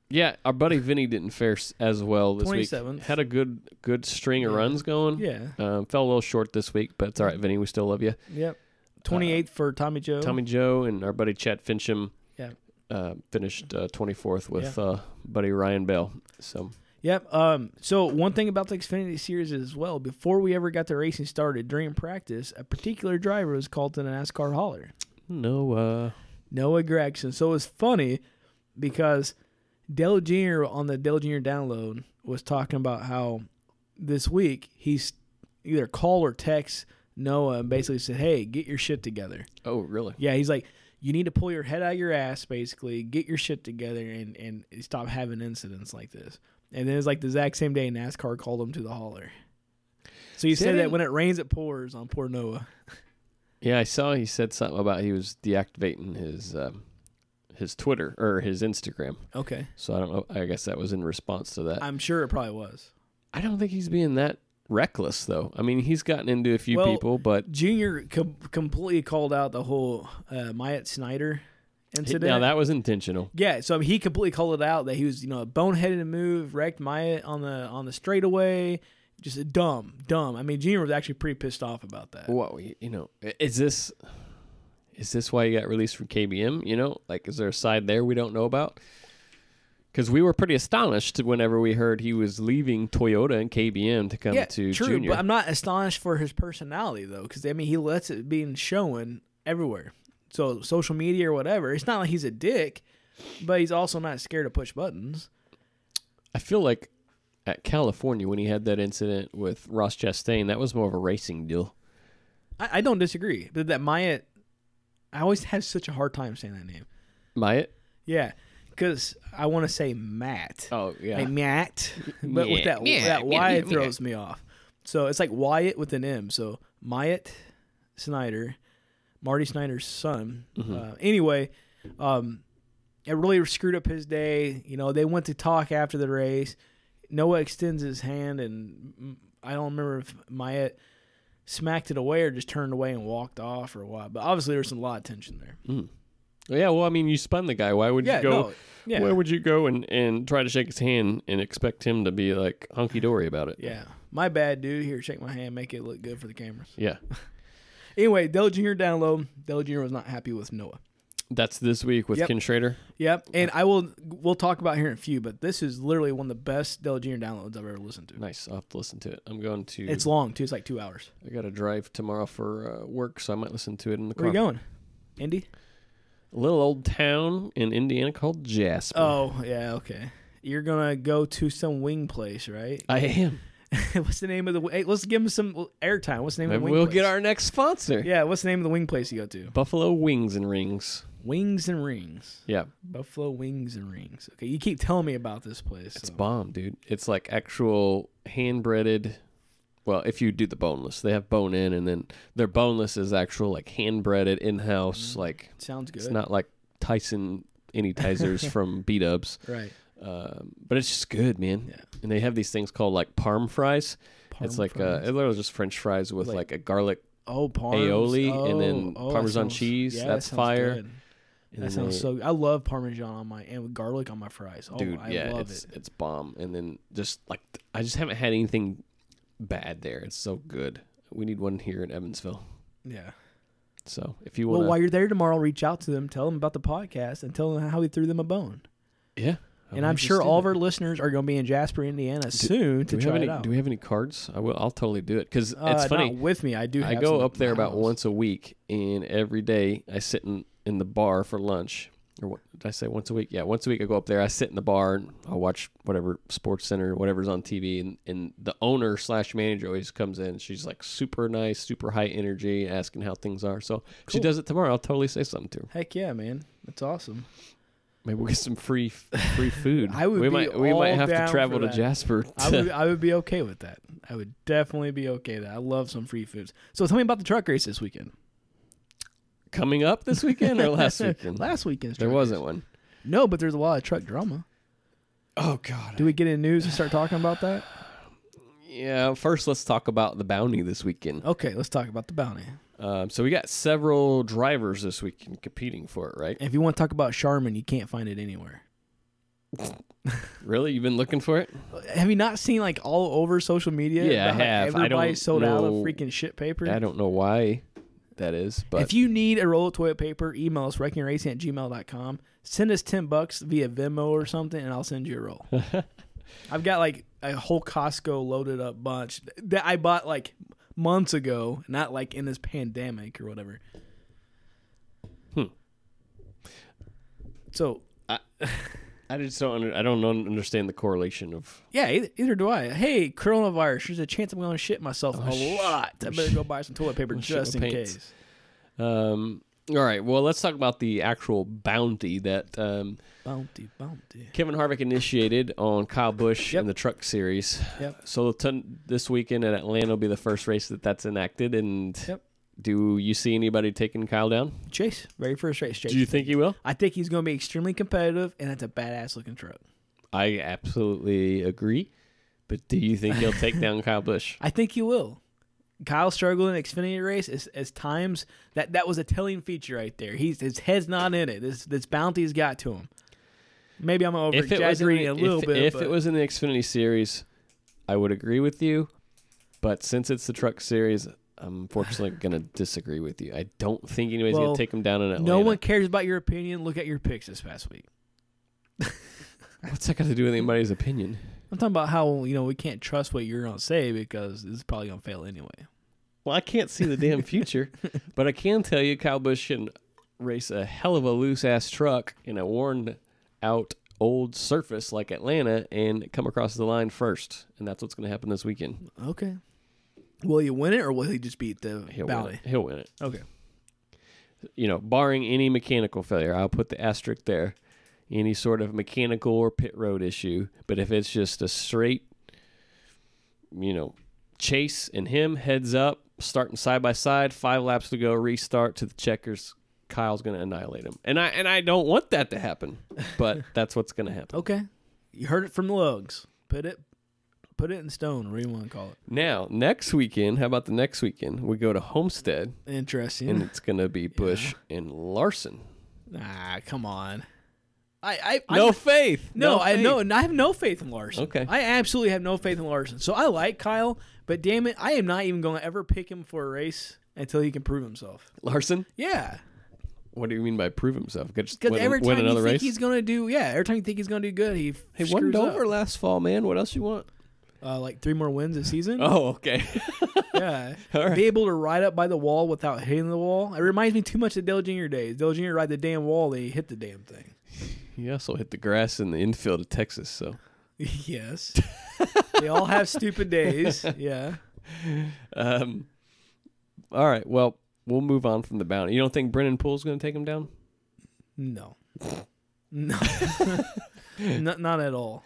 yeah, our buddy Vinny didn't fare s- as well this week.
27th.
Had a good good string of
Yeah.
runs going.
Yeah.
Um, fell a little short this week, but it's all right, Vinny. We still love you.
Yep. Twenty eighth for Tommy Joe.
Uh, Tommy Joe and our buddy Chad Fincham
Yeah.
uh, finished uh, 24th with uh, buddy Ryan Bell. So
Yep. Um. So one thing about the Xfinity series as well, before we ever got the racing started, during practice, a particular driver was called to the NASCAR hauler,
no, uh,
Noah Gregson. So it was funny because Dale Jr. on the Dale Jr. download was talking about how this week he's either call or text Noah and basically said, "Hey, get your shit together."
oh really?
Yeah, he's like, you need to pull your head out of your ass, basically, get your shit together, and and stop having incidents like this. And then it's like the exact same day NASCAR called him to the hauler. So you
See, I
said that
didn't-
when it rains, it pours on poor Noah.
Yeah, I saw he said something about he was deactivating his um, his Twitter or his Instagram.
Okay,
So I don't know. I guess that was in response to that.
I'm sure it probably was.
I don't think he's being that reckless though. I mean, he's gotten into a few
Well,
people, but
Junior com- completely called out the whole uh, Myatt Snyder incident.
now that was intentional.
Yeah, so I mean, he completely called it out that he was, you know, a boneheaded move, wrecked Myatt on the on the straightaway, just dumb, dumb. I mean, Junior was actually pretty pissed off about that.
What we, you know, i- is this is this why he got released from KBM? You know, like is there a side there we don't know about? Because we were pretty astonished whenever we heard he was leaving Toyota and KBM to come to
true,
Junior.
but I'm not astonished for his personality though, because I mean he lets it being shown everywhere, so social media or whatever. It's not like he's a dick, but he's also not scared to push buttons.
I feel like at California when he had that incident with Ross Chastain, that was more of a racing deal.
I, I don't disagree, but that Myatt, I always [laughs] have such a hard time saying that name.
Myatt?
Yeah, because I want to say Matt,
Oh yeah,
hey
[laughs]
Matt, but with that that Y it throws me off. So it's like Wyatt with an M. So Myatt Snyder, Marty Snyder's son.
Mm-hmm.
Uh, anyway, um, it really screwed up his day. You know, they went to talk after the race. Noah extends his hand, and mm, I don't remember if Myatt smacked it away or just turned away and walked off or what. But obviously, there's some lot of tension there.
yeah. Well, I mean, you spun the guy. Why would
Yeah,
you go?
no, yeah,
Why would you go and, and try to shake his hand and expect him to be like honky dory about it?
yeah. My bad, dude. Here, shake my hand, make it look good for the cameras.
Yeah.
Anyway, Dell Jr. download. Dell Jr. was not happy with Noah.
That's this week with
Yep.
Ken Schrader.
Yep, and I will. We'll talk about here in a few, but this is literally one of the best Dell Jr. downloads I've ever listened to.
Nice. I'll have to listen to it. I'm going to.
It's long too. It's like two hours.
I got to drive tomorrow for uh, work, so I might listen to it in the
Where
car.
are you going? Indy?
A little old town in Indiana called Jasper.
Oh yeah, okay. You're gonna go to some wing place,
[laughs]
right?
I am.
what's the name of the? Hey, let's give him some airtime. What's the name
Maybe
of the wing?
we'll
place?
get our next sponsor.
Yeah, what's the name of the wing place you go to?
Buffalo Wings and Rings.
Wings and Rings,
Yeah.
Buffalo Wings and Rings. Okay, you keep telling me about this place.
It's
so-
bomb, dude. It's like actual hand breaded. Well, if you do the boneless, they have bone in, and then their boneless is actual like hand breaded in house.
Mm.
Like
Sounds good.
it's not like Tyson
[laughs]
any Tizers from B Dubs,
right.
um, but it's just good, man.
Yeah.
And they have these things called like parm fries.
Parm
it's like Uh,
fries?
it literally was just French fries with like,
Like-
a garlic,
Oh, parms.
aioli
oh,
and then
oh, that
Parmesan
sounds-
cheese,
yeah,
that's
that sounds
fire.
Good. That
and then
sounds
they-
so. I love Parmesan on my and with garlic on my fries. Oh,
dude.
I
yeah,
love
it's
it.
it's bomb. And then just like th- I just haven't had anything bad there. It's so good. We need one here in Evansville.
Yeah.
So if you
Well,
want,
while you're there tomorrow, reach out to them, tell them about the podcast, and tell them how we threw them a bone.
yeah. I
And
might
I'm
just
sure
do
all
that.
of our listeners are going to be in Jasper, Indiana soon
Do
to
we
try
have any?
it out.
Do we have any cards? I will. I'll totally do it because
uh,
it's funny.
Not with me, I do.
I
have
go
some
up
at
there
my
about
house.
once a week, and every day I sit in, in the bar for lunch. Or what, did I say once a week? Yeah, once a week I go up there. I sit in the bar and I'll watch whatever Sports Center, whatever's on TV. And, and the owner slash manager always comes in. She's like super nice, super high energy, asking how things are. So if she
Cool.
does it tomorrow. I'll totally say something to her.
Heck yeah, man, that's awesome.
Maybe we'll get some
[laughs]
free free food.
I would
we
be
might we might
all
have
down
to
for
travel to
that.
Jasper.
I
to- [laughs]
would, I would be okay with that. I would definitely be okay with that. I love some free foods. So tell me about the truck race this weekend.
coming up this weekend or last weekend?
[laughs] Last weekend's
there
truck
wasn't
race.
one.
No, but there's a lot of truck drama.
Oh God.
Do we get in news and start talking about that?
Yeah. First, let's talk about the bounty this weekend.
Okay, let's talk about the bounty.
Um, so we got several drivers this weekend competing for it, right?
If you want to talk about Charmin, you can't find it anywhere.
Really, you've been looking for it?
Have you not seen like all over social media?
Yeah, I
about how
have. I
Everybody
don't
sold out of
know-
freaking shit paper.
I don't know why that is, but
If you need a roll of toilet paper, email us wreckingracing at gmail.com. Send us 10 bucks via Venmo or something, and I'll send you a
[laughs]
roll. I've got like a whole Costco loaded up bunch that I bought like months ago, not like in this pandemic or whatever. Hmm.
Hmm.
So,
I just don't. Under, I don't un- understand the correlation of.
yeah, either, either do I. Hey, coronavirus, there's a chance I'm going to shit myself a
Oh, sh-
lot. I better go buy some toilet paper
[laughs] shit
just in
my pants.
case.
Um, all right. Well, let's talk about the actual bounty that um,
Bounty, bounty.
Kevin Harvick initiated on Kyle Busch
Yep.
in the Truck Series.
Yep.
So ton- this weekend in Atlanta will be the first race that that's enacted. And
Yep.
do you see anybody taking Kyle down?
Chase, very first race, Chase.
Do you think he will?
I think he's going to be extremely competitive, and that's a badass looking truck.
I absolutely agree. But do you think he'll
[laughs]
take down Kyle Busch?
I think he will. Kyle struggled in the Xfinity race as, as times that that was a telling feature right there. He's his head's not in it. This this bounty's got to him. Maybe I'm over
If it was in,
exaggerating a little
if,
bit.
if
but
it was in the Xfinity Series, I would agree with you. But since it's the Truck Series, I'm unfortunately
[laughs]
going to disagree with you. I don't think anybody's
Well,
going to take him down in Atlanta.
no one cares about your opinion. Look at your picks this past week.
What's that got to do with anybody's opinion?
I'm talking about how you know we can't trust what you're gonna say because it's probably gonna fail anyway.
Well, I can't see the damn future, but I can tell you Kyle Busch can race a hell of a loose ass truck in a worn out old surface like Atlanta and come across the line first. And that's what's going to happen this weekend.
Okay. Will he win it or will he just beat the
He'll win
bounty?
it. He'll win it.
Okay.
You know, barring any mechanical failure, I'll put the asterisk there. Any sort of mechanical or pit road issue. But if it's just a straight, you know, chase and him heads up, starting side by side, five laps to go, restart to the checkers. Kyle's going to annihilate him, and I and I don't want that to happen,
[laughs]
but that's what's going to happen.
Okay. You heard it from the lugs. Put it put it in stone, whatever you want to call it.
Now, next weekend, how about the next weekend? We go to Homestead,
Interesting.
and it's going to be Bush and Larson.
ah, come on. I I
No
I,
faith.
no, I
faith.
no, I have no faith in Larson.
Okay.
I absolutely have no faith in Larson. So I like Kyle, but damn it, I am not even going to ever pick him for a race until he can prove himself.
Larson.
Yeah.
What do you mean by prove himself? Just
Because
win,
every
win
time you
another
think
race.
he's going to do, yeah, every time you think he's going to do good, he
he
screws
won Dover
up.
last fall, man. What else you want?
Uh, like three more wins this season.
[laughs] Oh, okay. [laughs]
Yeah.
All right.
Be able to ride up by the wall without hitting the wall. It reminds me too much of Dale Jr. days. Dale Jr. ride the damn wall, they hit the damn
[laughs]
thing.
he also hit the grass in the infield of Texas. So,
yes. [laughs] they all have stupid
[laughs]
days. Yeah.
um, all right. Well, we'll move on from the bounty. You don't think Brennan Poole's going to take him down?
No. No. [laughs] not, not at all.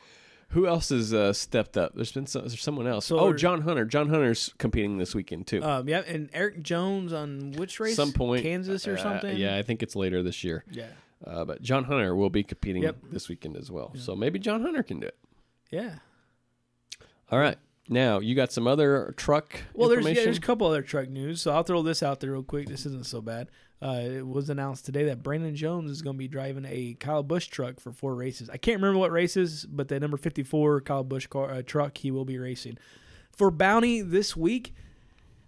Who else has uh, stepped up? There's been some, there's someone else.
So
oh,
there's-
John Hunter. John Hunter's competing this weekend too.
Um, yeah, and Eric Jones on which race?
Some point,
Kansas or
Uh,
something?
yeah, I think it's later this year.
Yeah.
Uh, but John Hunter will be competing
Yep.
this weekend as well. So maybe John Hunter can do it.
Yeah.
All right. Now you got some other truck
Well, there's yeah,
information.
there's a couple other truck news, so I'll throw this out there real quick. This isn't so bad. Uh, it was announced today that Brandon Jones is going to be driving a Kyle Busch truck for four races. I can't remember what races, but the number 54 Kyle Busch car, uh, truck he will be racing. For Bounty this week,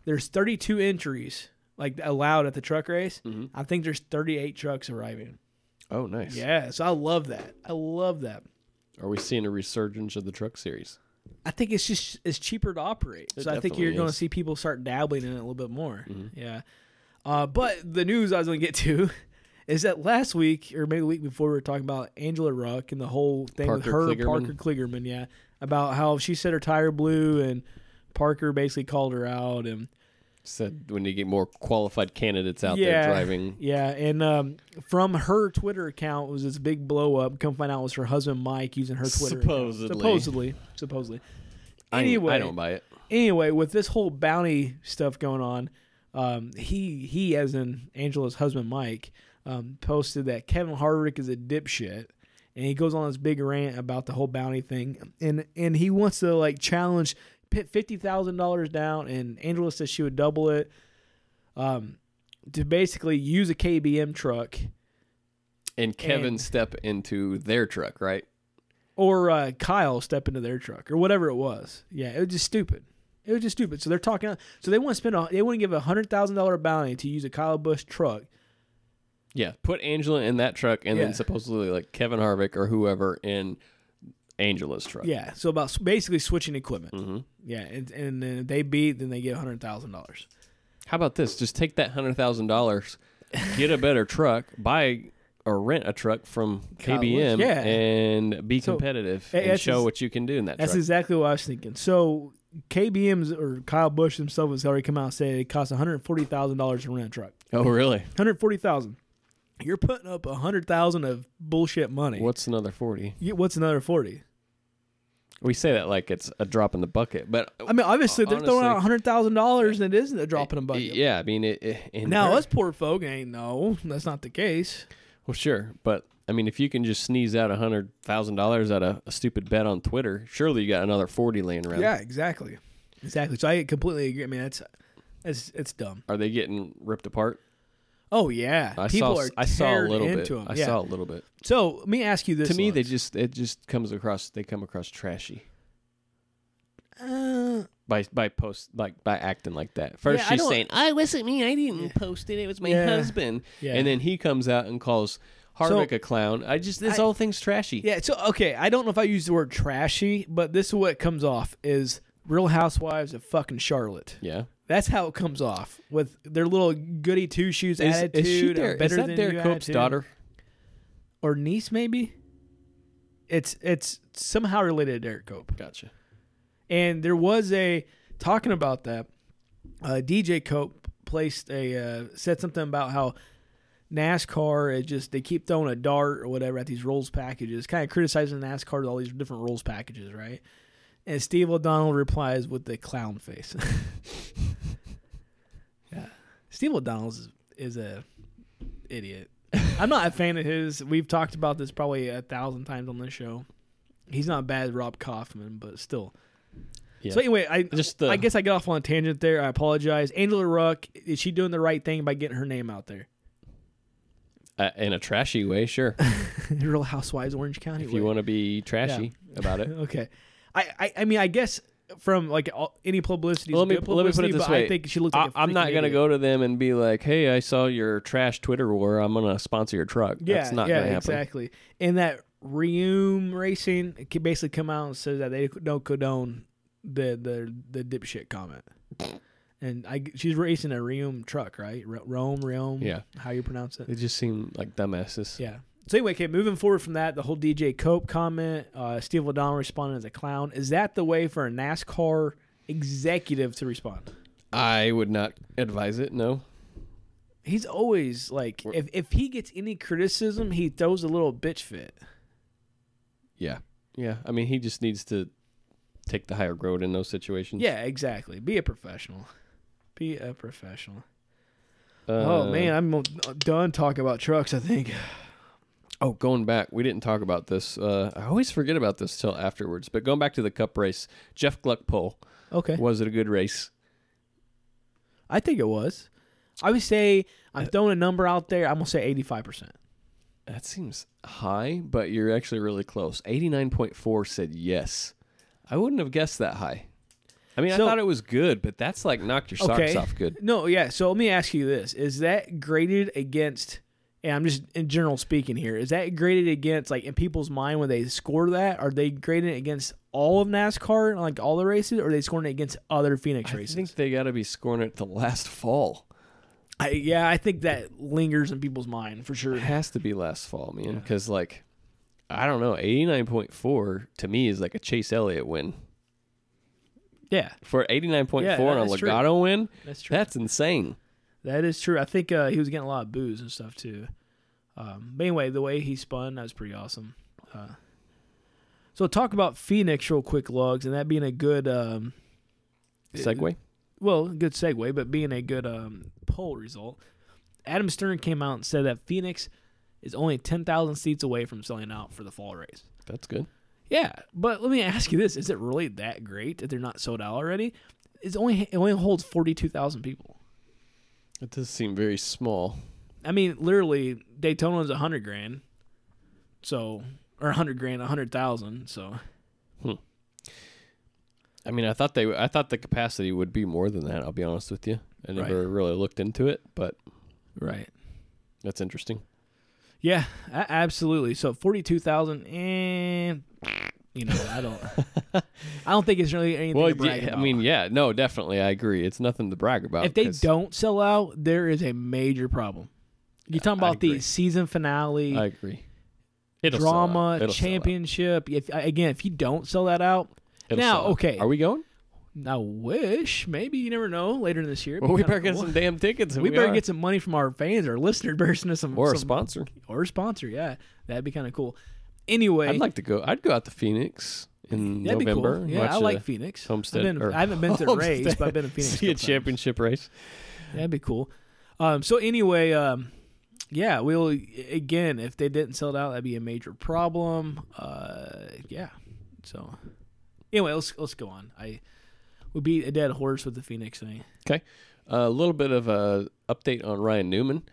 there's 32 entries like allowed at the truck race. I think there's 38 trucks arriving.
oh, nice.
Yeah, so I love that. I love that.
Are we seeing a resurgence of the truck series?
I think it's just it's cheaper to operate. so I think
definitely
you're going to
is. Mm-hmm.
see people start dabbling in it a little bit more. Yeah. Uh, but the news I was going to get to [laughs] is that last week or maybe the week before we were talking about Angela Ruck and the whole thing with
Parker
her
Kligerman.
Parker Kligerman, yeah, about how she said her tire blew and Parker basically called her out and
Said when you get more qualified candidates out
yeah,
there driving.
Yeah, and um, from her Twitter account was this big blow up. Come find out it was her husband Mike using her Twitter account.
Supposedly.
supposedly, supposedly.
I-
Anyway,
I, don't buy it.
anyway, with this whole bounty stuff going on, um, he he as in Angela's husband Mike um, posted that Kevin Harvick is a dipshit and he goes on this big rant about the whole bounty thing, and and he wants to like challenge put fifty thousand dollars down, and Angela says she would double it, um, to basically use a KBM truck
and Kevin
And-
step into their truck, right?
or uh, Kyle step into their truck or whatever it was. Yeah, it was just stupid. It was just stupid. So they're talking. So they want to spend. A, they want to give a hundred thousand dollar bounty to use a Kyle Bush truck.
Yeah, put Angela in that truck, and
Yeah.
then supposedly like Kevin Harvick or whoever in Angela's truck.
Yeah. So about s- basically switching equipment. Yeah, and, and then if they beat, then they get hundred thousand dollars.
How about this? Just take that hundred thousand dollars, get a better truck, buy or rent a truck from
Kyle
KBM,
Busch, yeah.
and be
So,
competitive
hey,
and
that's
show
his-
what you can do in that
That's
truck.
exactly what I was thinking. So KBM's or Kyle Bush himself has already come out and said it costs one hundred forty thousand dollars to rent a truck.
oh, really?
One hundred forty thousand. You're putting up a hundred thousand of bullshit money.
What's another forty?
You- What's another forty?
We say that like it's a drop in the bucket, but
I mean, obviously they're throwing out
Honestly-
hundred thousand dollars, and it isn't a drop in a bucket.
yeah, I mean, it, it, in
Now
her-
us poor folk ain't no. That's not the case.
Well, sure, but I mean, if you can just sneeze out a hundred thousand dollars at a, a stupid bet on Twitter, surely you got another forty laying around.
Yeah, exactly, exactly. So I completely agree. I mean, that's that's it's dumb.
Are they getting ripped apart?
Oh yeah,
I
people
saw.
are
I saw a
tearing
little bit.
into them.
I
yeah.
saw a little bit.
So let me ask you this:
to me, they
Lance.
just it just comes across. They come across trashy
uh,
by by post like by acting like that. First,
Yeah, I
she's
don't-
saying, "Oh, "I wasn't me. I didn't post it. It was my
Yeah.
husband."
Yeah.
And then he comes out and calls Harvick a clown. I just this
I-
whole thing's trashy.
yeah. So okay, I don't know if I use the word trashy, but this is what comes off is Real Housewives of fucking Charlotte.
Yeah.
That's how it comes off with their little goody two shoes
Is,
attitude.
is she
I'm
Derek? Is
better
that
than
Derek
you
Cope's
attitude.
daughter?
or niece? Maybe. It's it's somehow related to Derek Cope.
Gotcha.
And there was a talking about that. Uh, DJ Cope placed a uh, said something about how NASCAR it just they keep throwing a dart or whatever at these rules packages, kind of criticizing NASCAR with all these different rules packages, right? And Steve O'Donnell replies with the clown face. [laughs] yeah, Steve O'Donnell is, is a idiot. [laughs] I'm not a fan of his. We've talked about this probably a thousand times on this show. He's not bad, as Rob Kaufman, but still.
Yeah.
So anyway, I
Just the-
I guess I got off on a tangent there. I apologize. Angela Ruck, is she doing the right thing by getting her name out there? [laughs]
Uh, in a trashy way, sure.
Real Housewives Orange County.
if you
way.
want to be trashy about
[laughs]
it.
okay. I, I I mean I guess from like all, any publicity. is
Well, let me
good
let me put
publicity,
it this
but
way.
I think she looks like a
I, I'm not
freaking
gonna
idiot.
go to them and be like, "Hey, I saw your trash Twitter war. I'm gonna sponsor your truck."
Yeah,
That's not
yeah,
gonna happen.
exactly. And that Reum Racing it could basically come out and says that they don't condone the the the dipshit
[laughs]
comment. And I, she's racing a Reum truck, right? Re- Rome, Reum.
Yeah.
How you pronounce it?
They just seem like dumbasses.
Yeah. So anyway, okay, moving forward from that, the whole DJ Cope comment, uh, Steve O'Donnell responding as a clown. Is that the way for a NASCAR executive to respond?
I would not advise it. No.
He's always like, if, if he gets any criticism, he throws a little bitch fit.
Yeah. Yeah. I mean, he just needs to take the higher road in those situations.
Yeah, exactly. Be a professional. Be a professional.
Uh,
oh man, I'm done talking about trucks. I think.
Oh, going back, we didn't talk about this. Uh, I always forget about this till afterwards. But going back to the Cup race, Jeff Gluck [laughs] pole.
Okay,
Was it a good race?
I think it was. I would say I'm throwing a number out there. I'm gonna say 85. percent
That seems high, but you're actually really close. 89.4 said yes. I wouldn't have guessed that high. I mean,
So-
I thought it was good, but that's like knocked your socks off good.
No, yeah. So let me ask you this: Is that graded against? And I'm just in general speaking here. Is that graded against like in people's mind when they score that? Are they grading it against all of NASCAR, like all the races, or are they scoring it against other Phoenix
[laughs] I
races?
think they got to be scoring it the last fall.
I, yeah, I think that lingers in people's mind for
[laughs]
sure.
It has to be last fall, man, because like, I don't know, 89.4 to me is like a Chase Elliott win.
Yeah,
For 89.4
Yeah,
on a
that's true.
Legato win,
That's true.
that's insane.
that is true. I think uh, he was getting a lot of booze and stuff too. Um, but anyway, the way he spun that was pretty awesome. Uh, so talk about Phoenix real quick, logs, and that being a good. Um,
Segway?
well, good segue, but being a good um, poll result, Adam Stern came out and said that Phoenix is only 10,000 seats away from selling out for the fall race.
That's good.
Yeah, but let me ask you this: Is it really that great that they're not sold out already? It's only it only holds forty two thousand people.
It does seem very small.
I mean, literally Daytona is a hundred grand, so or a hundred grand, a hundred thousand. So
I mean, I thought they, I thought the capacity would be more than that. I'll be honest with you. I
Right.
never really looked into it, but
right,
that's interesting.
yeah, a- absolutely. So forty two thousand, and you know, I don't, I don't think it's really anything.
Well,
to brag
yeah, I
about.
mean, yeah, no, definitely, I agree. It's nothing to brag about.
if they
'cause-
don't sell out, there is a major problem. You're talking
I
about the
agree.
season finale.
I agree. It'll sell out.
drama
It'll sell out.
championship. If again, if you don't sell that out,
It'll
now,
sell out.
okay.
Are we going?
I wish maybe you never know later this year.
Well, we
Kinda [laughs]
better get
cool.
some damn [laughs] tickets. if
We, better
are.
get some money from our fans, our [laughs] listener, bursting us some
or a
some-
sponsor.
or a sponsor. Yeah, that'd be kind of cool. Anyway,
I'd like to go. I'd go out to Phoenix in
that'd
November.
be cool.
and
Yeah,
watch
I
a-
like Phoenix.
Homestead-
I've been,
or
I haven't been to the race,
Homestead.
but I've been
[laughs]
to Phoenix.
See a
couple times.
championship race.
That'd be cool. Um, so anyway, um, yeah, we'll again if they didn't sell it out, that'd be a major problem. Uh, yeah. So anyway, let's let's go on. I we beat a dead horse with the Phoenix thing.
Okay. A little bit of a update on Ryan Newman.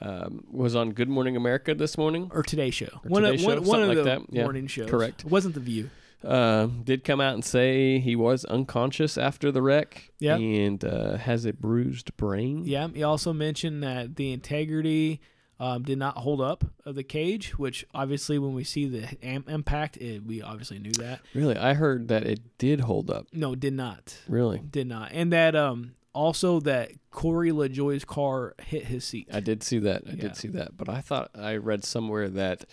Um, was on Good Morning America this morning.
Or Today Show. one of,
Today
one,
Show,
one of
something
the
like that. Yeah,
morning shows.
correct.
It wasn't the View.
Um, did come out and say he was unconscious after the wreck.
Yeah.
And uh, has a bruised brain.
Yeah. He also mentioned that the integrity um, did not hold up of the cage, which obviously when we see the am- impact, it, we obviously knew that.
Really, I heard that it did hold up.
No, did not.
Really,
Did not. And that um also that Corey LaJoy's car hit his seat.
I did see that. I
Yeah.
did see that. But I thought I read somewhere that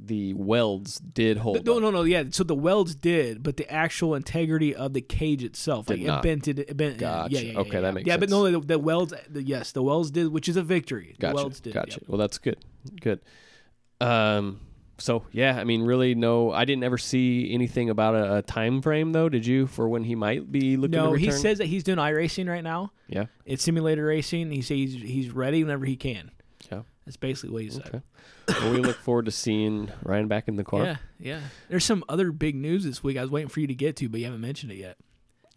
the welds did hold
no,
up.
no, no. Yeah. So the welds did, but the actual integrity of the cage itself,
Did
like
not.
it bented, it bent. yeah,
Gotcha.
Yeah, yeah, yeah,
Okay,
yeah.
that makes
Yeah, but
sense.
no, the, the welds. The, yes, the welds did, which is a victory. The
Gotcha.
welds did.
Gotcha.
yep.
Well, that's good. Good. Um. So yeah, I mean, really, no. I didn't ever see anything about a, a time frame, though. Did you for when he might be looking? to
No, he
return?
says that he's doing iRacing right now.
Yeah.
It's simulator racing. He says he's, he's ready whenever he can.
Yeah.
That's basically what he said.
Okay. well, we look forward to seeing Ryan back in the car.
Yeah, yeah. There's some other big news this week. I was waiting for you to get to, but you haven't mentioned it yet.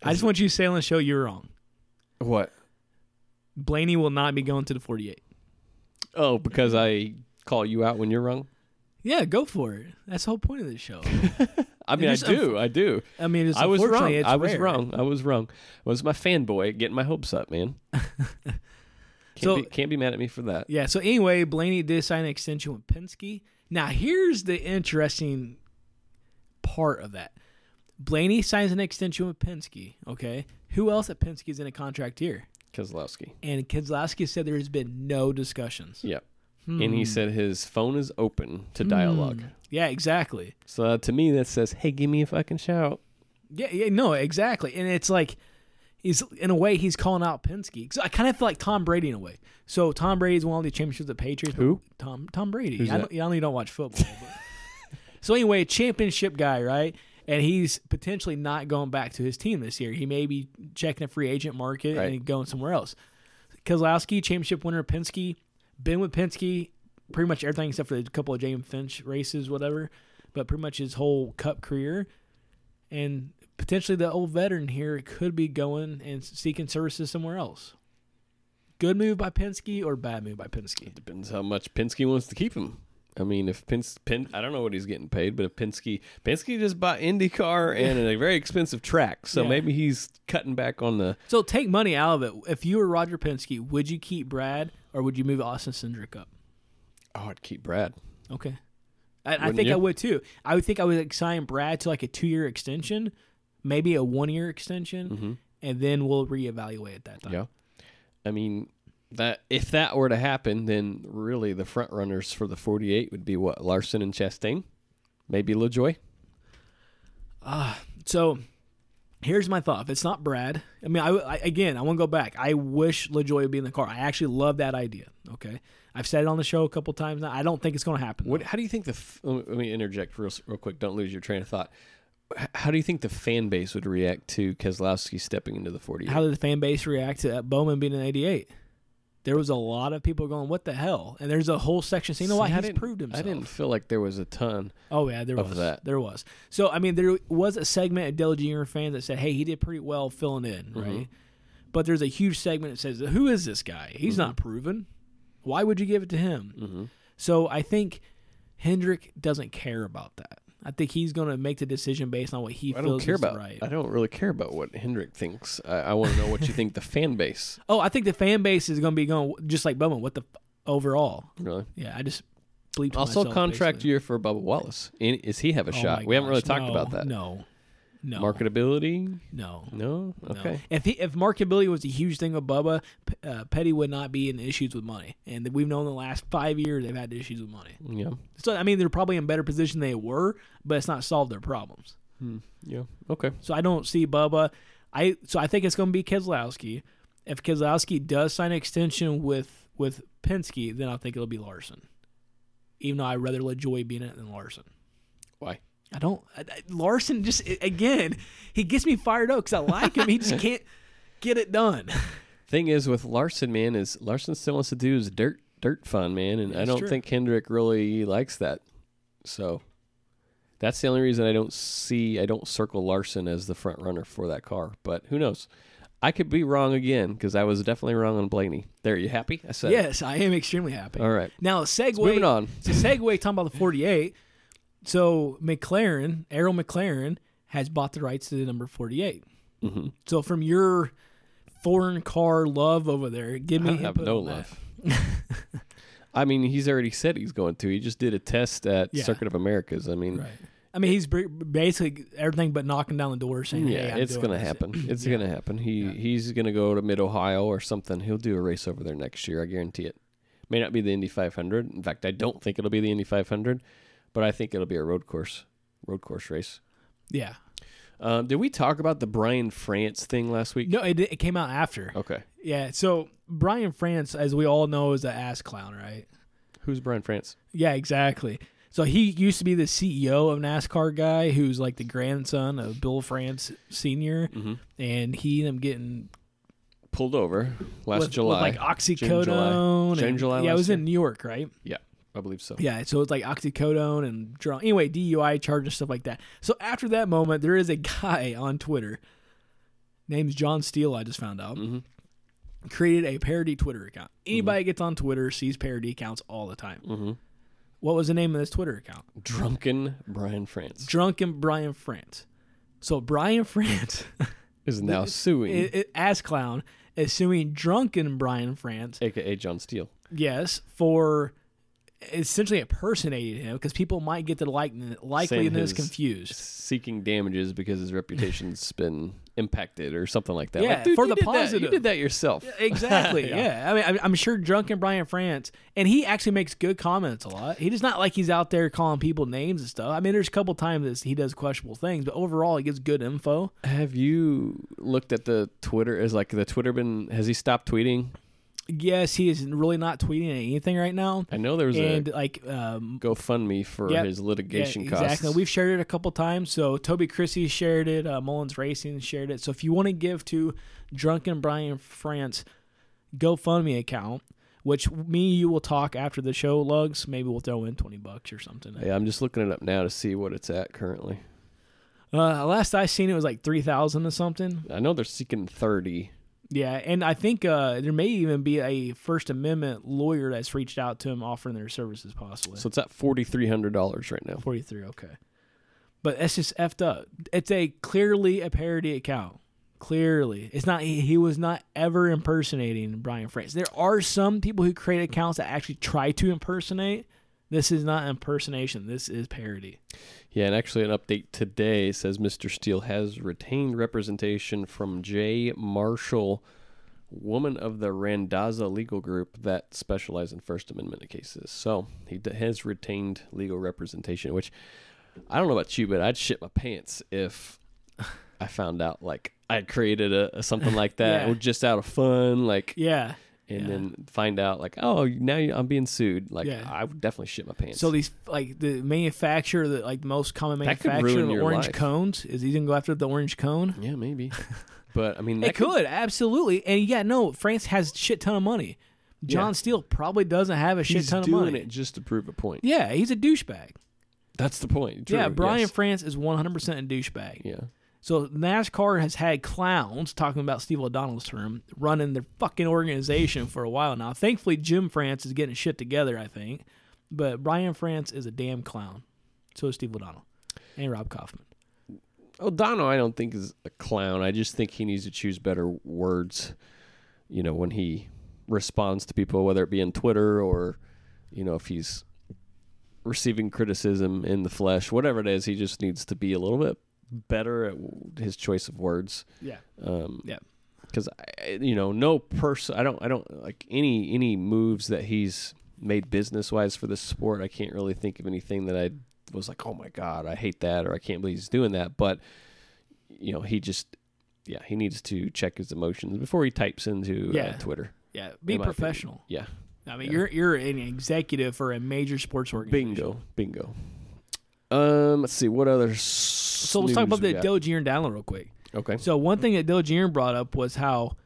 I just want you to say on the show you're wrong.
What?
Blaney will not be going to the 48.
Oh, because I call you out when you're wrong.
Yeah, go for it. That's the whole point of this show.
I mean, I
there's a-
do. I do.
I mean, it's
[laughs] I was
unfortunately,
wrong.
it's
I was
rare.
wrong. I was wrong. I was my fanboy getting my hopes up,
[laughs]
man. can't,
So-
be, can't be mad at me for that.
Yeah. So anyway, Blaney did sign an extension with Penske. Now here's the interesting part of that. Blaney signs an extension with Penske. Okay. Who else at Penske is in a contract here?
Kozlowski.
And Keselowski said there has been no discussions.
Yeah. And
Hmm.
he said his phone is open to dialogue.
Yeah, exactly.
So uh, to me, that says, "Hey, give me a fucking shout."
Yeah, yeah, no, exactly. And it's like he's in a way he's calling out Penske. 'Cause I kind of feel like Tom Brady in a way. So Tom Brady's won all the championships with the Patriots. but
Who?
Tom Tom Brady.
Who's
I,
that?
don't, I know you don't watch football. But. [laughs] so anyway, championship guy, right? And he's potentially not going back to his team this year. He may be checking a free agent market
Right.
and going somewhere else. Kozlowski, championship winner, Penske, been with Penske pretty much everything except for a couple of James Finch races, whatever. But pretty much his whole Cup career, and potentially the old veteran here could be going and seeking services somewhere else. Good move by Penske or bad move by Penske?
Depends how much Penske wants to keep him. I mean, if Pins, Pin, I don't know what he's getting paid, but if Penske, Penske just bought IndyCar and a very expensive track, so
Yeah.
maybe he's cutting back on the.
So take money out of it. If you were Roger Penske, would you keep Brad or would you move Austin Cindric up?
Oh, I'd keep Brad.
Okay. I, I
Wouldn't
think
you?
I would too. I would think I would like, sign Brad to like a two year extension, maybe a one year extension, and then we'll reevaluate at that time.
Mm-hmm. Yeah, I mean that if that were to happen, then really the front runners for the forty-eight would be what Larson and Chastain, maybe LaJoy.
So here's my thought. If it's not Brad, I mean, I, I- again, I want to go back. I wish LaJoy would be in the car. I actually love that idea. Okay. I've said it on the show a couple times now. I don't think it's going to happen.
What?
though.
How do you think the? f- Let me- let me interject real s- real quick. Don't lose your train of thought. H- How do you think the fan base would react to Keselowski stepping into the 48?
How did the fan base react to Bowman being an 88? there was a lot of people going, "What the hell?" And there's a whole section saying, "You know
See,
what?
I
He's
didn't-
proved himself."
I didn't feel like there was a ton.
Oh yeah, there
of
was.
that.
There was. So I mean, there was a segment of Dell Junior fans that said, "Hey, he did pretty well filling in,
Mm-hmm.
right?" But there's a huge segment that says, "Who is this guy? He's
Mm-hmm.
not proven. Why would you give it to him?" So I think Hendrick doesn't care about that. I think he's going to make the decision based on what he
I
feels
don't care
is
about.
right.
I don't really care about what Hendrick thinks. I, I want to know what you think the fan base.
oh, I think the fan base is going to be going just like Bowman. What the f- overall? [laughs]
Really.
Yeah, I just bleeped
Also,
myself,
contract
basically.
year for Bubba Wallace. In, is he have a
Oh
shot?
my
We haven't really
gosh,
talked
no,
about that.
No, no,
Marketability?
no.
No.
No.
Okay.
If he, if marketability was a huge thing with Bubba, P- uh, Petty would not be in issues with money. And we've known the last five years they've had issues with money.
Yeah.
So I mean, they're probably in better position than they were, but it's not solved their problems.
Yeah. Okay.
So I don't see Bubba. I so I think it's going to be Keselowski. If Keselowski does sign an extension with with Penske, then I think it'll be Larson. Even though I'd rather let Joy be in it than Larson.
Why?
I don't. I, I- Larson just a- again, he gets me fired up because I like him. He just can't get it done.
Thing is with Larson, man, is Larson still wants to do his dirt dirt fun, man, and I
That's
don't
true.
think Hendrick really likes that. So that's the only reason I don't see I don't circle Larson as the front runner for that car. But who knows? I could be wrong again because I was definitely wrong on Blaney. There, you happy? I said, it.
Yes, I am extremely happy.
All right.
Now, segue.
Moving on.
To segue, talking
[laughs]
about the 48. So, McLaren, Errol McLaren, has bought the rights to the number 48.
Mm-hmm.
So, from your foreign car love over there, give
I
me
don't have
input
no
on that. [laughs]
love. I mean, he's already said he's going to. He just did a test at
Yeah.
Circuit of Americas. I mean,
Right. I mean, he's br- basically everything but knocking down the door, saying,
Yeah,
"Hey, I'm
it's
doing
gonna
this." [clears throat]
happen. It's gonna happen. He he's gonna go to Mid Ohio or something. He'll do a race over there next year. I guarantee it. May not be the Indy 500. In fact, I don't think it'll be the Indy 500, but I think it'll be a road course road course race.
Yeah.
Um, did we talk about the Brian France thing last week?
No, it, it came out after.
Okay.
Yeah. So, Brian France, as we all know, is an ass clown, right?
Who's Brian France?
Yeah, exactly. So he used to be the CEO of NASCAR guy, who's like the grandson of Bill France Senior,
Mm-hmm.
and he ended up getting
Pulled over last
with,
July.
with like oxycodone.
June, July. June,
and-
July
yeah, it
last
was
year?
in New York, right?
Yeah, I believe so.
Yeah, so it's like oxycodone and drunk. Anyway, DUI charges stuff like that. So after that moment, there is a guy [laughs] on Twitter, name's John Steele. I just found out.
Mm-hmm.
Created a parody Twitter account. Anybody that gets on Twitter sees parody accounts all the time.
Mm-hmm.
What was the name of this Twitter account?
Drunken Brian France
drunken Brian France. So Brian [laughs] France,
is now suing,
i- i- ass clown, is suing drunken Brian France.
aka John Steele.
Yes, for essentially impersonating him because people might get the like, likeliness
his- [laughs]
confused.
seeking damages because his
[laughs]
reputation's been impacted or something like that.
Yeah,
Like, dude,
for
you
the
did that-
positive.
you did that yourself.
Exactly. yeah. I mean, I'm- I'm sure drunken Brian France, and he actually makes good comments a lot. He does not like he's out there calling people names and stuff. I mean, there's a couple times that he does questionable things, but overall, he gives good info.
Have you looked at the Twitter? Is like the Twitter been? Has he stopped tweeting?
Yes, he is really not tweeting anything right now.
I know there was
And
a
like um,
GoFundMe for
Yep.
his litigation
yeah,
costs.
Exactly. We've shared it a couple times. So Toby Chrissy shared it. Uh, Mullins Racing shared it. So if you want to give to Drunken Brian France GoFundMe account, which me and you will talk after the show, Lugs. Maybe we'll throw in twenty bucks or something.
yeah, I'm just looking it up now to see what it's at currently.
Uh, last I seen, it was like three thousand or something.
I know they're seeking thirty.
Yeah, and I think uh, there may even be a First Amendment lawyer that's reached out to him offering their services possibly.
So it's at forty three hundred dollars right now.
43, okay. But that's just effed up. It's a clearly a parody account. Clearly. It's not he, he was not ever impersonating Brian France. There are some people who create accounts that actually try to impersonate. This is not impersonation. This is parody.
Yeah, and actually, an update today says Mr. Steele has retained representation from J. Marshall, woman of the Randazza legal group that specializes in First Amendment cases. So he d- has retained legal representation, which I don't know about you, but I'd shit my pants if I found out like I created a, a something
[laughs]
like that
Yeah.
just out of fun, like,
Yeah.
and
yeah.
then find out like, oh, now you- I'm being sued. Like,
Yeah.
I would definitely shit my pants.
So these like the manufacturer that like the most common
That could
manufacturer
ruin
of
your
orange
life.
cones is he gonna go after the orange cone? [laughs]
yeah, maybe. But I mean, that
It could, absolutely. And yeah, no, France has shit ton of money. John
Yeah.
Steele probably doesn't have a shit
He's
ton of
doing
money.
it just to prove a point.
Yeah, he's a douchebag.
That's the point.
yeah,
True,
Brian
yes.
France is 100% a douchebag.
yeah.
So NASCAR has had clowns talking about Steve O'Donnell's term running their fucking organization for a while now. Thankfully, Jim France is getting shit together, I think. But Brian France is a damn clown. So is Steve O'Donnell and Rob Kaufman.
O'Donnell, Oh, I don't think is a clown. I just think he needs to choose better words. You know, when he responds to people, whether it be in Twitter or, you know, if he's receiving criticism in the flesh, whatever it is, he just needs to be a little bit better at w- his choice of words.
Yeah,
Um,
yeah,
because you know no person i don't i don't like any any moves that he's made business wise for this sport i can't really think of anything that i was like oh my god i hate that or i can't believe he's doing that but you know he just yeah he needs to check his emotions before he types into
Yeah.
uh, twitter
yeah. Be
in my opinion.
professional.
yeah
I mean, you're you're an executive for a major sports organization.
bingo bingo um let's see what other
So let's talk about the Doji and Download real quick.
okay
So one thing that Dale Jr. brought up was how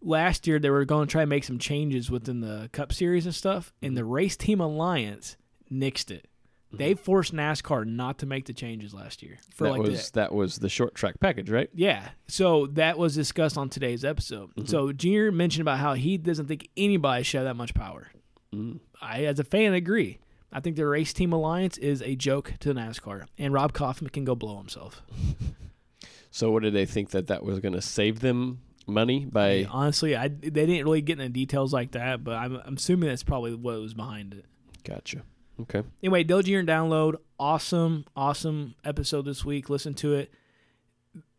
last year they were going to try and make some changes within the Cup Series and stuff, and the Race Team Alliance nixed it. They forced NASCAR not to make the changes last year for
Mm-hmm. that
like
was
the,
that was the short track package right
yeah. So that was discussed on today's episode.
Mm-hmm.
So Jr. mentioned about how he doesn't think anybody should have that much power.
Mm.
I, as a fan, agree. I think the Race Team Alliance is a joke to NASCAR, and Rob Kaufman can go blow himself.
So what did they think that that was going to save them money by?
Honestly, I they didn't really get into details like that, but I'm, I'm assuming that's probably what was behind it.
Gotcha. Okay.
Anyway, Doji and Download, awesome, awesome episode this week. Listen to it.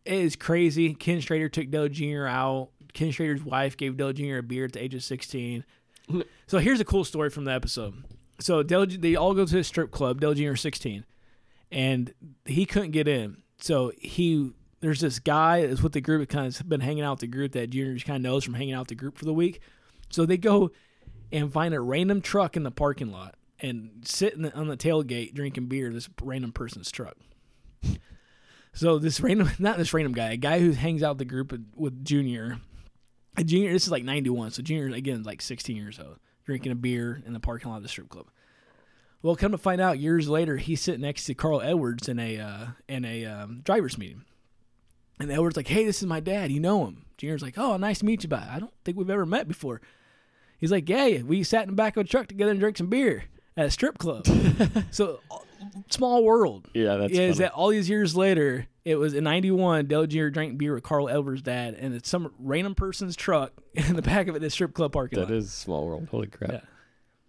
It is crazy. Ken Strader took Dale Jr. out. Ken Strader's wife gave Dale Jr. a beer at the age of 16. so here's a cool story from the episode. So Dale, they all go to a strip club. Dale Jr. is 16, and he couldn't get in. So he there's this guy that's with the group that kind of been hanging out with the group that Junior just kind of knows from hanging out with the group for the week. So they go and find a random truck in the parking lot and sit in the, on the tailgate drinking beer. This random person's truck. So this random, [laughs] not this random guy, a guy who hangs out the group with, with Junior. And Junior, this is like '91, so Junior again is like 16 years old, drinking a beer in the parking lot of the strip club. Well, come to find out, years later, he's sitting next to Carl Edwards in a uh, in a um, drivers meeting, and Edwards like, "Hey, this is my dad. You know him?" Junior's like, "Oh, nice to meet you, but I don't think we've ever met before." He's like, yeah, we sat in the back of a truck together and drank some beer at a strip club. so, uh, small world.
Yeah, that's
is
funny.
that all these years later? It was in '91. Del Jr. drank beer with Carl Elver's dad, and it's some random person's truck [laughs] in the back of it, this strip club parking lot.
That is small world. Holy crap.
Yeah.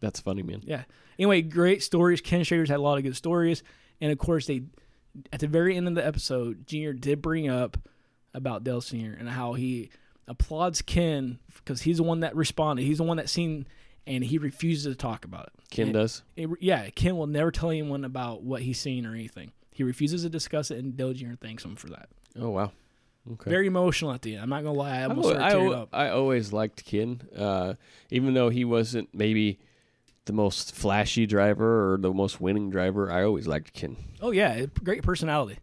That's funny, man.
Yeah. Anyway, great stories. Ken Shaders had a lot of good stories, and of course, they at the very end of the episode, Junior did bring up about Dell Senior and how he applauds Ken because he's the one that responded. He's the one that seen, and he refuses to talk about it.
Ken
And-
does.
it, yeah, Ken will never tell anyone about what he's seen or anything. He refuses to discuss it, and Dell Jr. thanks him for that.
Oh wow. Okay.
Very emotional at the end. I'm not gonna lie, I
I,
almost
al-
started
I,
tearing
al-
up.
I always liked Ken, uh, even though he wasn't maybe the most flashy driver or the most winning driver. I always liked Ken.
Oh yeah, great personality.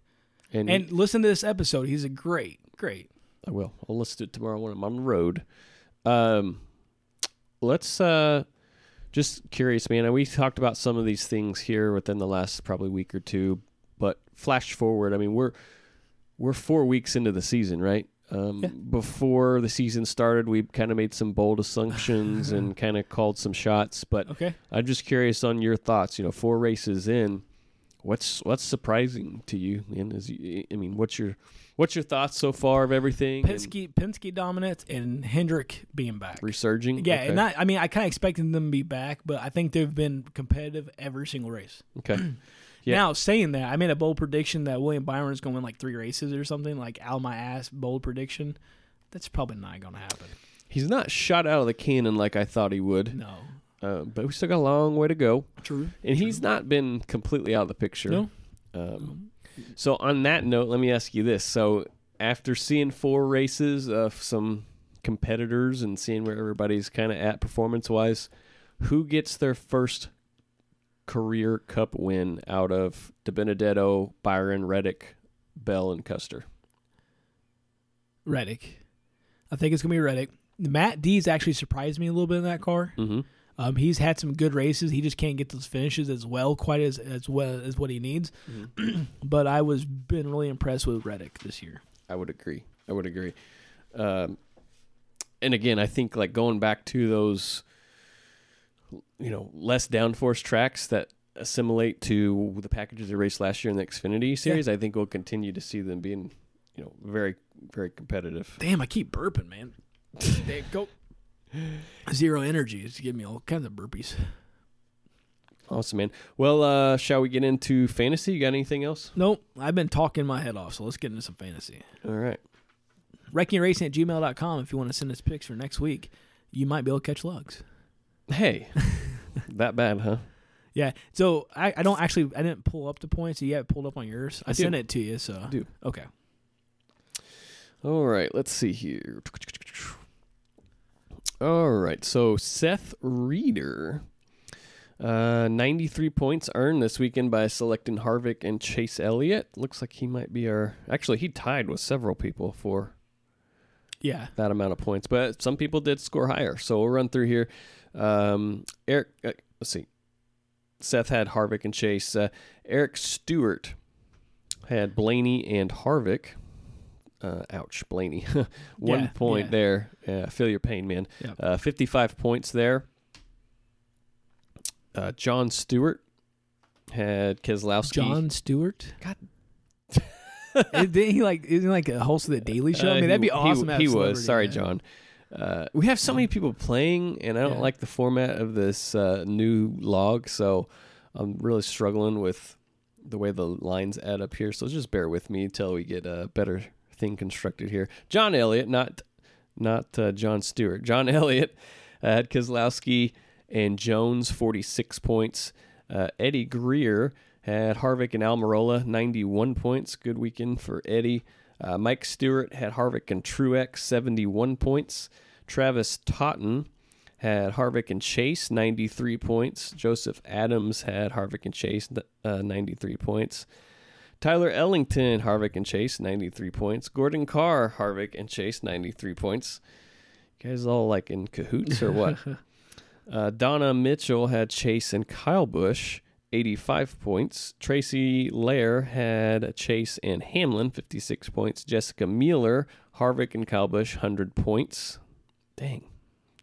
And,
And listen to this episode. He's a great, great.
I will. I'll list it tomorrow when I'm on the road. Um, let's uh, just curious, man. We talked about some of these things here within the last probably week or two, but flash forward. I mean, we're we're four weeks into the season, right? Um, Before the season started, we kind of made some bold assumptions and kind of called some shots. But
Okay.
I'm just curious on your thoughts. You know, four races in, what's what's surprising to you? And is I mean, what's your what's your thoughts so far of everything? and
Penske Penske dominance and Hendrick being back.
resurging.
yeah,
okay.
and not, I mean, I kind of expected them to be back, but I think they've been competitive every single race.
okay. Yeah.
Now, saying that, I made a bold prediction that William Byron's going to win like three races or something, like out my ass bold prediction. That's probably not going to happen.
He's not shot out of the cannon like I thought he would,
No.
uh, but we still got a long way to go.
True.
And he's not been completely out of the picture.
No.
Um, so on that note, let me ask you this: So after seeing four races of some competitors and seeing where everybody's kind of at performance-wise, who gets their first career Cup win out of De Benedetto, Byron, Reddick, Bell, and Custer?
Reddick. I think it's going to be Reddick. Matt D's actually surprised me a little bit in that car. Mm-hmm. Um, he's had some good races. He just can't get those finishes as well, quite as as well as what he needs. [clears throat] but I was been really impressed with Reddick this year.
I would agree. I would agree. Um, and again, I think like going back to those, you know, less downforce tracks that assimilate to the packages they raced last year in the Xfinity series. I think we'll continue to see them being, you know, very very competitive.
Damn, I keep burping, man. Damn, go. Zero energy. It's giving me all kinds of burpees.
Awesome, man. Well, uh, shall we get into fantasy? You got anything else?
Nope, I've been talking my head off, so let's get into some fantasy.
All right.
Wreckingracing at gmail.com if you want to send us pics for next week. You might be able to catch lugs.
Hey, [laughs] that bad, huh?
Yeah. So I, I don't actually I didn't pull up the points. You have it pulled up on yours. I,
do.
sent it to you. So
do.
okay.
All right, let's see here. All right, so Seth Reeder, uh, 93 points earned this weekend by selecting Harvick and Chase Elliott. Looks like he might be our. Actually, he tied with several people for
Yeah.
that amount of points, but some people did score higher. So we'll run through here. Um, Eric, uh, let's see. Seth had Harvick and Chase. Uh, Eric Stewart had Blaney and Harvick. Uh, ouch, Blaney. [laughs] One
Yeah,
point
yeah.
there. Yeah, I feel your pain, man.
Yep.
Uh, 55 points there. Uh, John Stewart had Keselowski.
John Stewart.
God.
[laughs] Isn't he like isn't he like a host of the Daily Show? I mean,
Uh,
that'd
he-
be awesome. to
He,
have
he
a
was.
celebrity,
Sorry,
man.
John. Uh, we have so many people playing, and I don't
Yeah.
like the format of this uh, new log, so I'm really struggling with the way the lines add up here. So just bear with me until we get a better thing constructed here. John Elliott, not not uh, John Stewart. John [laughs] Elliott uh, had Keselowski and Jones 46 points. Uh, Eddie Greer had Harvick and Almirola 91 points. Good weekend for Eddie. Uh, Mike Stewart had Harvick and Truex 71 points. Travis Totten had Harvick and Chase 93 points. Joseph Adams had Harvick and Chase uh, 93 points. Tyler Ellington, Harvick and Chase, 93 points. Gordon Carr, Harvick and Chase, 93 points. You guys all like in cahoots or what? uh, Donna Mitchell had Chase and Kyle Bush, 85 points. Tracy Lair had Chase and Hamlin, 56 points. Jessica Mueller, Harvick and Kyle Bush, 100 points. Dang.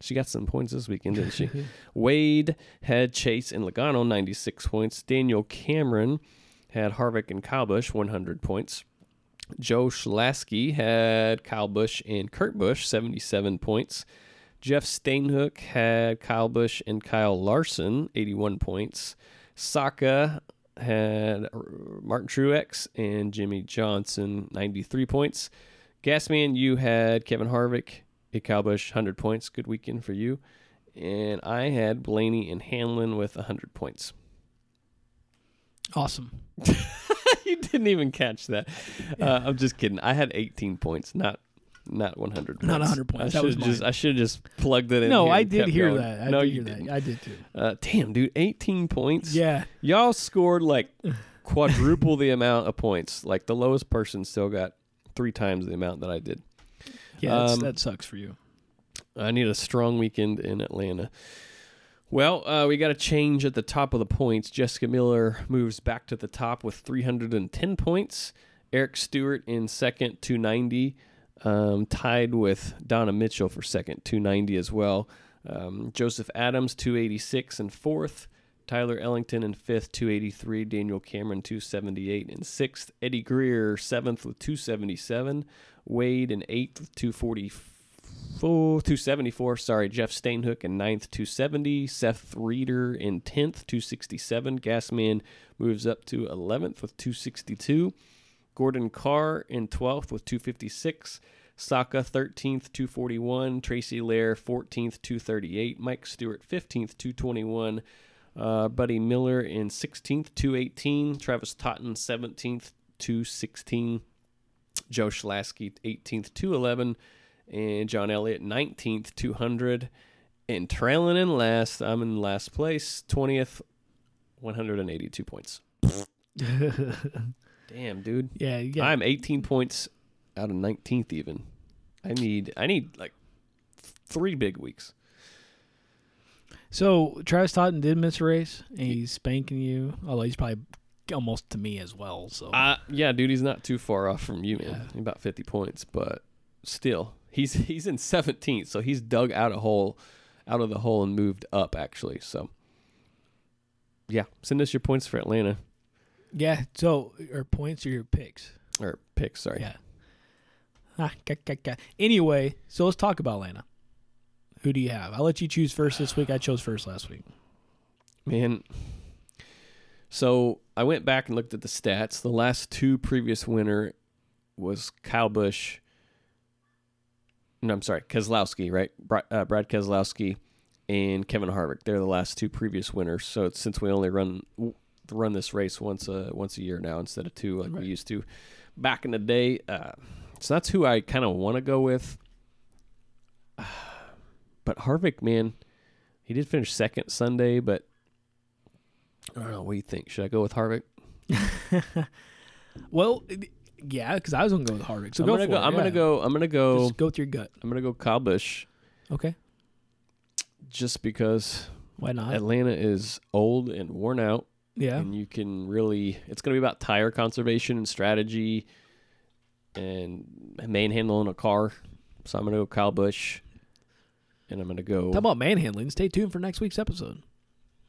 She got some points this weekend, didn't she? Wade had Chase and Logano, 96 points. Daniel Cameron had Harvick and Kyle Busch, 100 points. Joe Schlasky had Kyle Busch and Kurt Busch, 77 points. Jeff Stainhook had Kyle Busch and Kyle Larson, 81 points. Saka had uh, Martin Truex and Jimmy Johnson, 93 points. Gasman, you had Kevin Harvick and Kyle Busch, 100 points. Good weekend for you. And I had Blaney and Hanlon with 100 points. [laughs]
Awesome.
you didn't even catch that. Uh, I'm just kidding. I had 18 points, not not 100. Points.
Not 100 points.
I
That was
should just
mine.
I should have just plugged it in.
No,
here
I
and
did
kept
hear
going.
that. I
no,
did
you
hear that.
didn't.
I did too.
Uh, damn, dude, 18 points.
Yeah.
y'all
[laughs]
scored like quadruple the amount of points. Like the lowest person still got three times the amount that I did.
Yeah, that's,
Um,
that sucks for you.
I need a strong weekend in Atlanta. Well, uh, we got a change at the top of the points. Jessica Miller moves back to the top with 310 points. Eric Stewart in second, 290, um, tied with Donna Mitchell for second, 290 as well. Um, Joseph Adams, 286 in fourth. Tyler Ellington in fifth, 283. Daniel Cameron, 278 in sixth. Eddie Greer, seventh with 277. Wade in eighth with 244. Full 274. Sorry, Jeff Stainhook in ninth, 270. Seth Reeder in 10th, 267. Gasman moves up to 11th with 262. Gordon Carr in 12th with 256. Saka 13th, 241. Tracy Lair 14th, 238. Mike Stewart 15th, 221. Uh, Buddy Miller in 16th, 218. Travis Totten 17th, 216. Joe Schlasky 18th, 211, and John Elliott 19th, 200. And trailing in last, I'm in last place, 20th, 182 points. Damn, dude.
Yeah, you got-
I'm 18 points out of 19th even. I need I need like three big weeks.
So Travis Totten did miss a race, and he's spanking you. Although he's probably almost to me as well. So
Uh, yeah, dude, he's not too far off from you, man. About 50 points, but still, he's he's in 17th, so he's dug out a hole, out of the hole and moved up actually. So, yeah, send us your points for Atlanta
yeah. So or points or your picks.
or picks. Sorry,
Yeah. Ah, ka, ka, ka. Anyway, so let's talk about Atlanta. Who do you have? I'll let you choose first this week. I chose first last week.
man. So I went back and looked at the stats. The last two previous winner was Kyle Busch. No, I'm sorry, Keselowski, right? Brad, uh, Brad Keselowski and Kevin Harvick. They're the last two previous winners. So it's, since we only run run this race once a once a year now instead of two like we used to back in the day, uh, so that's who I kind of want to go with. [sighs] But Harvick, man, he did finish second Sunday, but I don't know. Oh, What do you think? Should I go with Harvick?
Well, it- yeah, because I was gonna go with Harvick. So
I'm
go
gonna
for
go.
it,
I'm
yeah.
gonna go. I'm gonna go.
Just go with your gut.
I'm gonna go Kyle Busch
Okay.
just because
Why not?
Atlanta is old and worn out,
yeah.
and you can really. It's gonna be about tire conservation and strategy, and manhandling a car. So I'm gonna go Kyle Busch, and I'm gonna go.
Talk about manhandling. Stay tuned for next week's episode.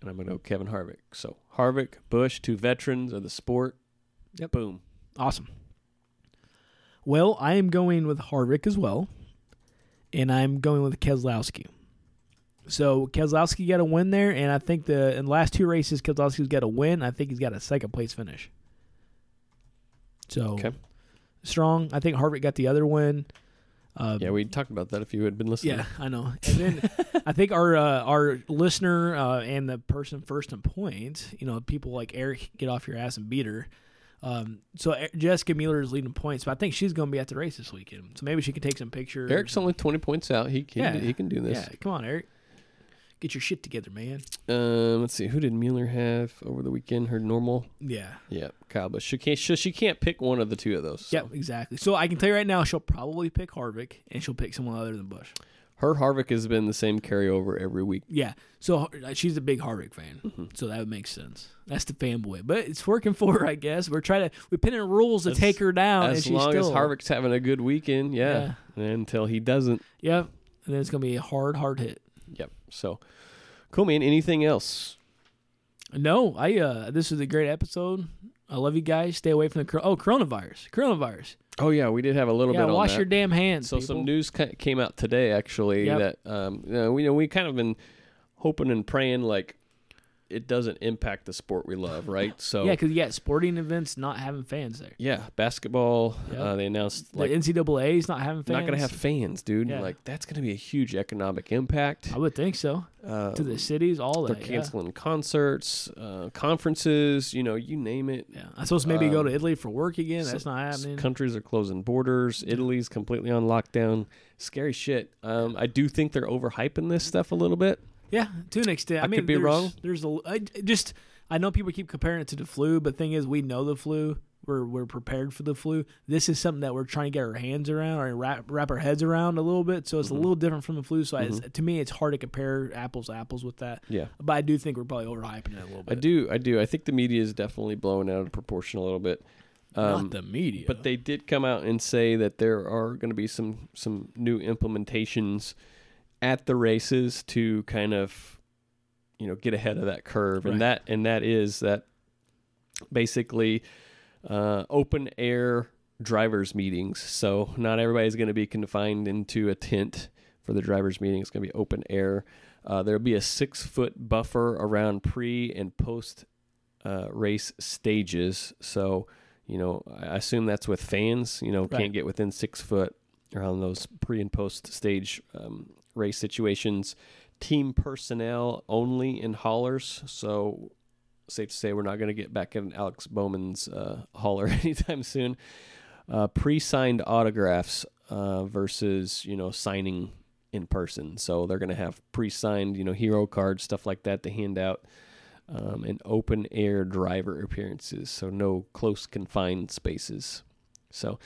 And I'm gonna go Kevin Harvick. So Harvick, Bush, two veterans of the sport.
Yep.
Boom.
Awesome. Well, I am going with Harvick as well, and I'm going with Keselowski. So Keselowski got a win there, and I think the in the last two races Keselowski's got a win. I think he's got a second place finish. So
Okay.
strong. I think Harvick got the other win. Uh,
Yeah, we talked about that if you had been listening.
yeah, I know. And then I think our uh, our listener uh, and the person first in point, you know, people like Eric get off your ass and beat her. Um, so E- Jessica Mueller is leading points, but I think she's going to be at the race this weekend. So maybe she can take some pictures.
Eric's only 20 points out. He can,
Yeah.
he can do this.
Yeah, come on, Eric. Get your shit together, man.
Um, let's see. Who did Mueller have over the weekend? Her normal?
Yeah.
Yeah, Kyle Busch. She can't, she, she can't pick one of the two of those. so.
Yep, exactly. So I can tell you right now, she'll probably pick Harvick, and she'll pick someone other than Bush.
Her Harvick has been the same carryover every week.
Yeah. So uh, she's a big Harvick fan,
Mm-hmm.
so that would make sense. That's the fanboy, but it's working for her, I guess. We're trying to we're pinning rules to take her down, Oh, and
As
she's
long
still
as Harvick's having a good weekend, yeah. Until he doesn't.
Yep. And then it's gonna be a hard, hard hit.
Yep. So, cool, man. Anything else?
No, I. uh This is a great episode. I love you guys. Stay away from the cor- oh coronavirus, coronavirus.
Oh, yeah. We did have a little
Yeah,
bit
wash
on that.
your damn hands.
So some
people.
news ca- came out today actually
Yep.
that um, you know, we you know we kind of been hoping and praying like it doesn't impact the sport we
[laughs]
love, right? So
Yeah, because yeah, sporting events not having fans there.
yeah, basketball.
Yep.
Uh, they announced like
the NCAA is not having fans.
not gonna have fans, dude.
Yeah.
Like that's gonna be a huge economic impact.
I would think so.
Uh,
to the cities, all
they're
that. yeah.
canceling concerts, uh, conferences. You know, you name it.
Yeah. I'm supposed to maybe
Um,
go to Italy for work again. That's not
S-
happening.
Countries are closing borders. Italy's completely on lockdown. Scary shit. Um, I do think they're overhyping this stuff a little bit.
Yeah, to an extent. I,
could
mean,
be
there's,
wrong.
There's a I, I just I know people keep comparing it to the flu, but thing is, we know the flu. We're we're prepared for the flu. This is something that we're trying to get our hands around or wrap wrap our heads around a little bit. So
Mm-hmm.
it's a little different from the flu. So it's, to me, it's hard to compare apples to apples with that.
Yeah.
but I do think we're probably overhyping it a little
I
bit.
do, I do. I think the media is definitely blowing out of proportion a little bit. Um,
Not the media,
But they did come out and say that there are going to be some some new implementations at the races to kind of you know get ahead of that curve,
Right.
and that and that is that basically uh, open air drivers meetings. So not everybody's going to be confined into a tent for the drivers meeting. It's going to be open air. Uh, there'll be a six foot buffer around pre and post uh, race stages. So you know, I assume that's with fans. You know, can't get within six foot around those pre and post stage um, race situations. Team personnel only in haulers. So safe to say we're not going to get back in Alex Bowman's uh, hauler [laughs] anytime soon. Uh, pre-signed autographs uh, versus you know signing in person. So they're going to have pre-signed you know hero cards stuff like that to hand out. Um, and open air driver appearances, so no close confined spaces. So,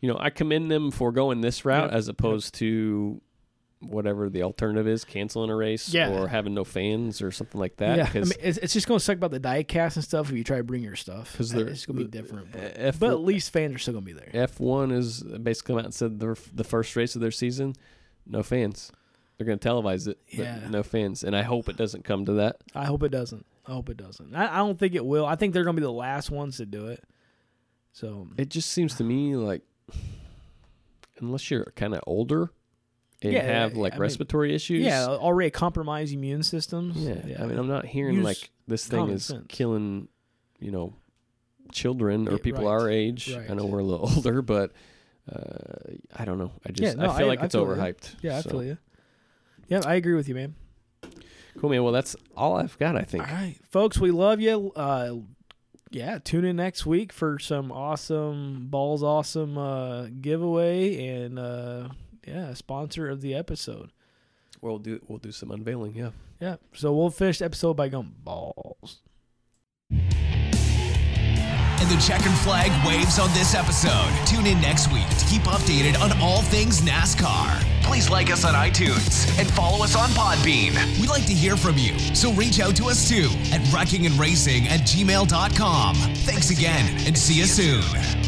you know, I commend them for going this route as opposed to whatever the alternative is, canceling a race
Yeah.
or having no fans or something like that.
Yeah, I
'cause-
mean, it's, it's just gonna suck about the diecast and stuff if you try to bring your stuff. Uh,
'Cause they're- eh,
it's gonna be different, but,
F-
but at least fans are still gonna be there.
F1 is basically come out and said the, the first race of their season, no fans. They're going to televise it, but
Yeah.
no fans. And I hope it doesn't come to that.
I hope it doesn't. I hope it doesn't. I, I don't think it will. I think they're gonna be the last ones to do it. So
It just seems to me like, unless you're kind of older and
Yeah,
have like
I mean-
respiratory issues.
yeah, already compromised immune systems.
Yeah. I mean, I'm not hearing
Use
like this thing
common
is
sense.
killing, you know, children or
Yeah,
people
right.
our age. I
Right.
know we're a little [laughs] older, but uh, I don't know. I just,
Yeah, no,
I feel
I-
like
I
it's
feel you.
overhyped.
yeah,
So,
I feel you. Yeah, I agree with you, man.
Cool, man. Well, that's all I've got, I think.
All right, folks, we love you. Uh, yeah, tune in next week for some awesome balls, awesome uh, giveaway, and uh, yeah, sponsor of the episode.
We'll do we'll do some unveiling, yeah.
Yeah, so we'll finish the episode by going balls.
And the checkered flag waves on this episode. Tune in next week to keep updated on all things NASCAR. Please like us on iTunes and follow us on Podbean. We'd like to hear from you, so reach out to us too at wreckingandracing at gmail.com. Thanks again and see you soon.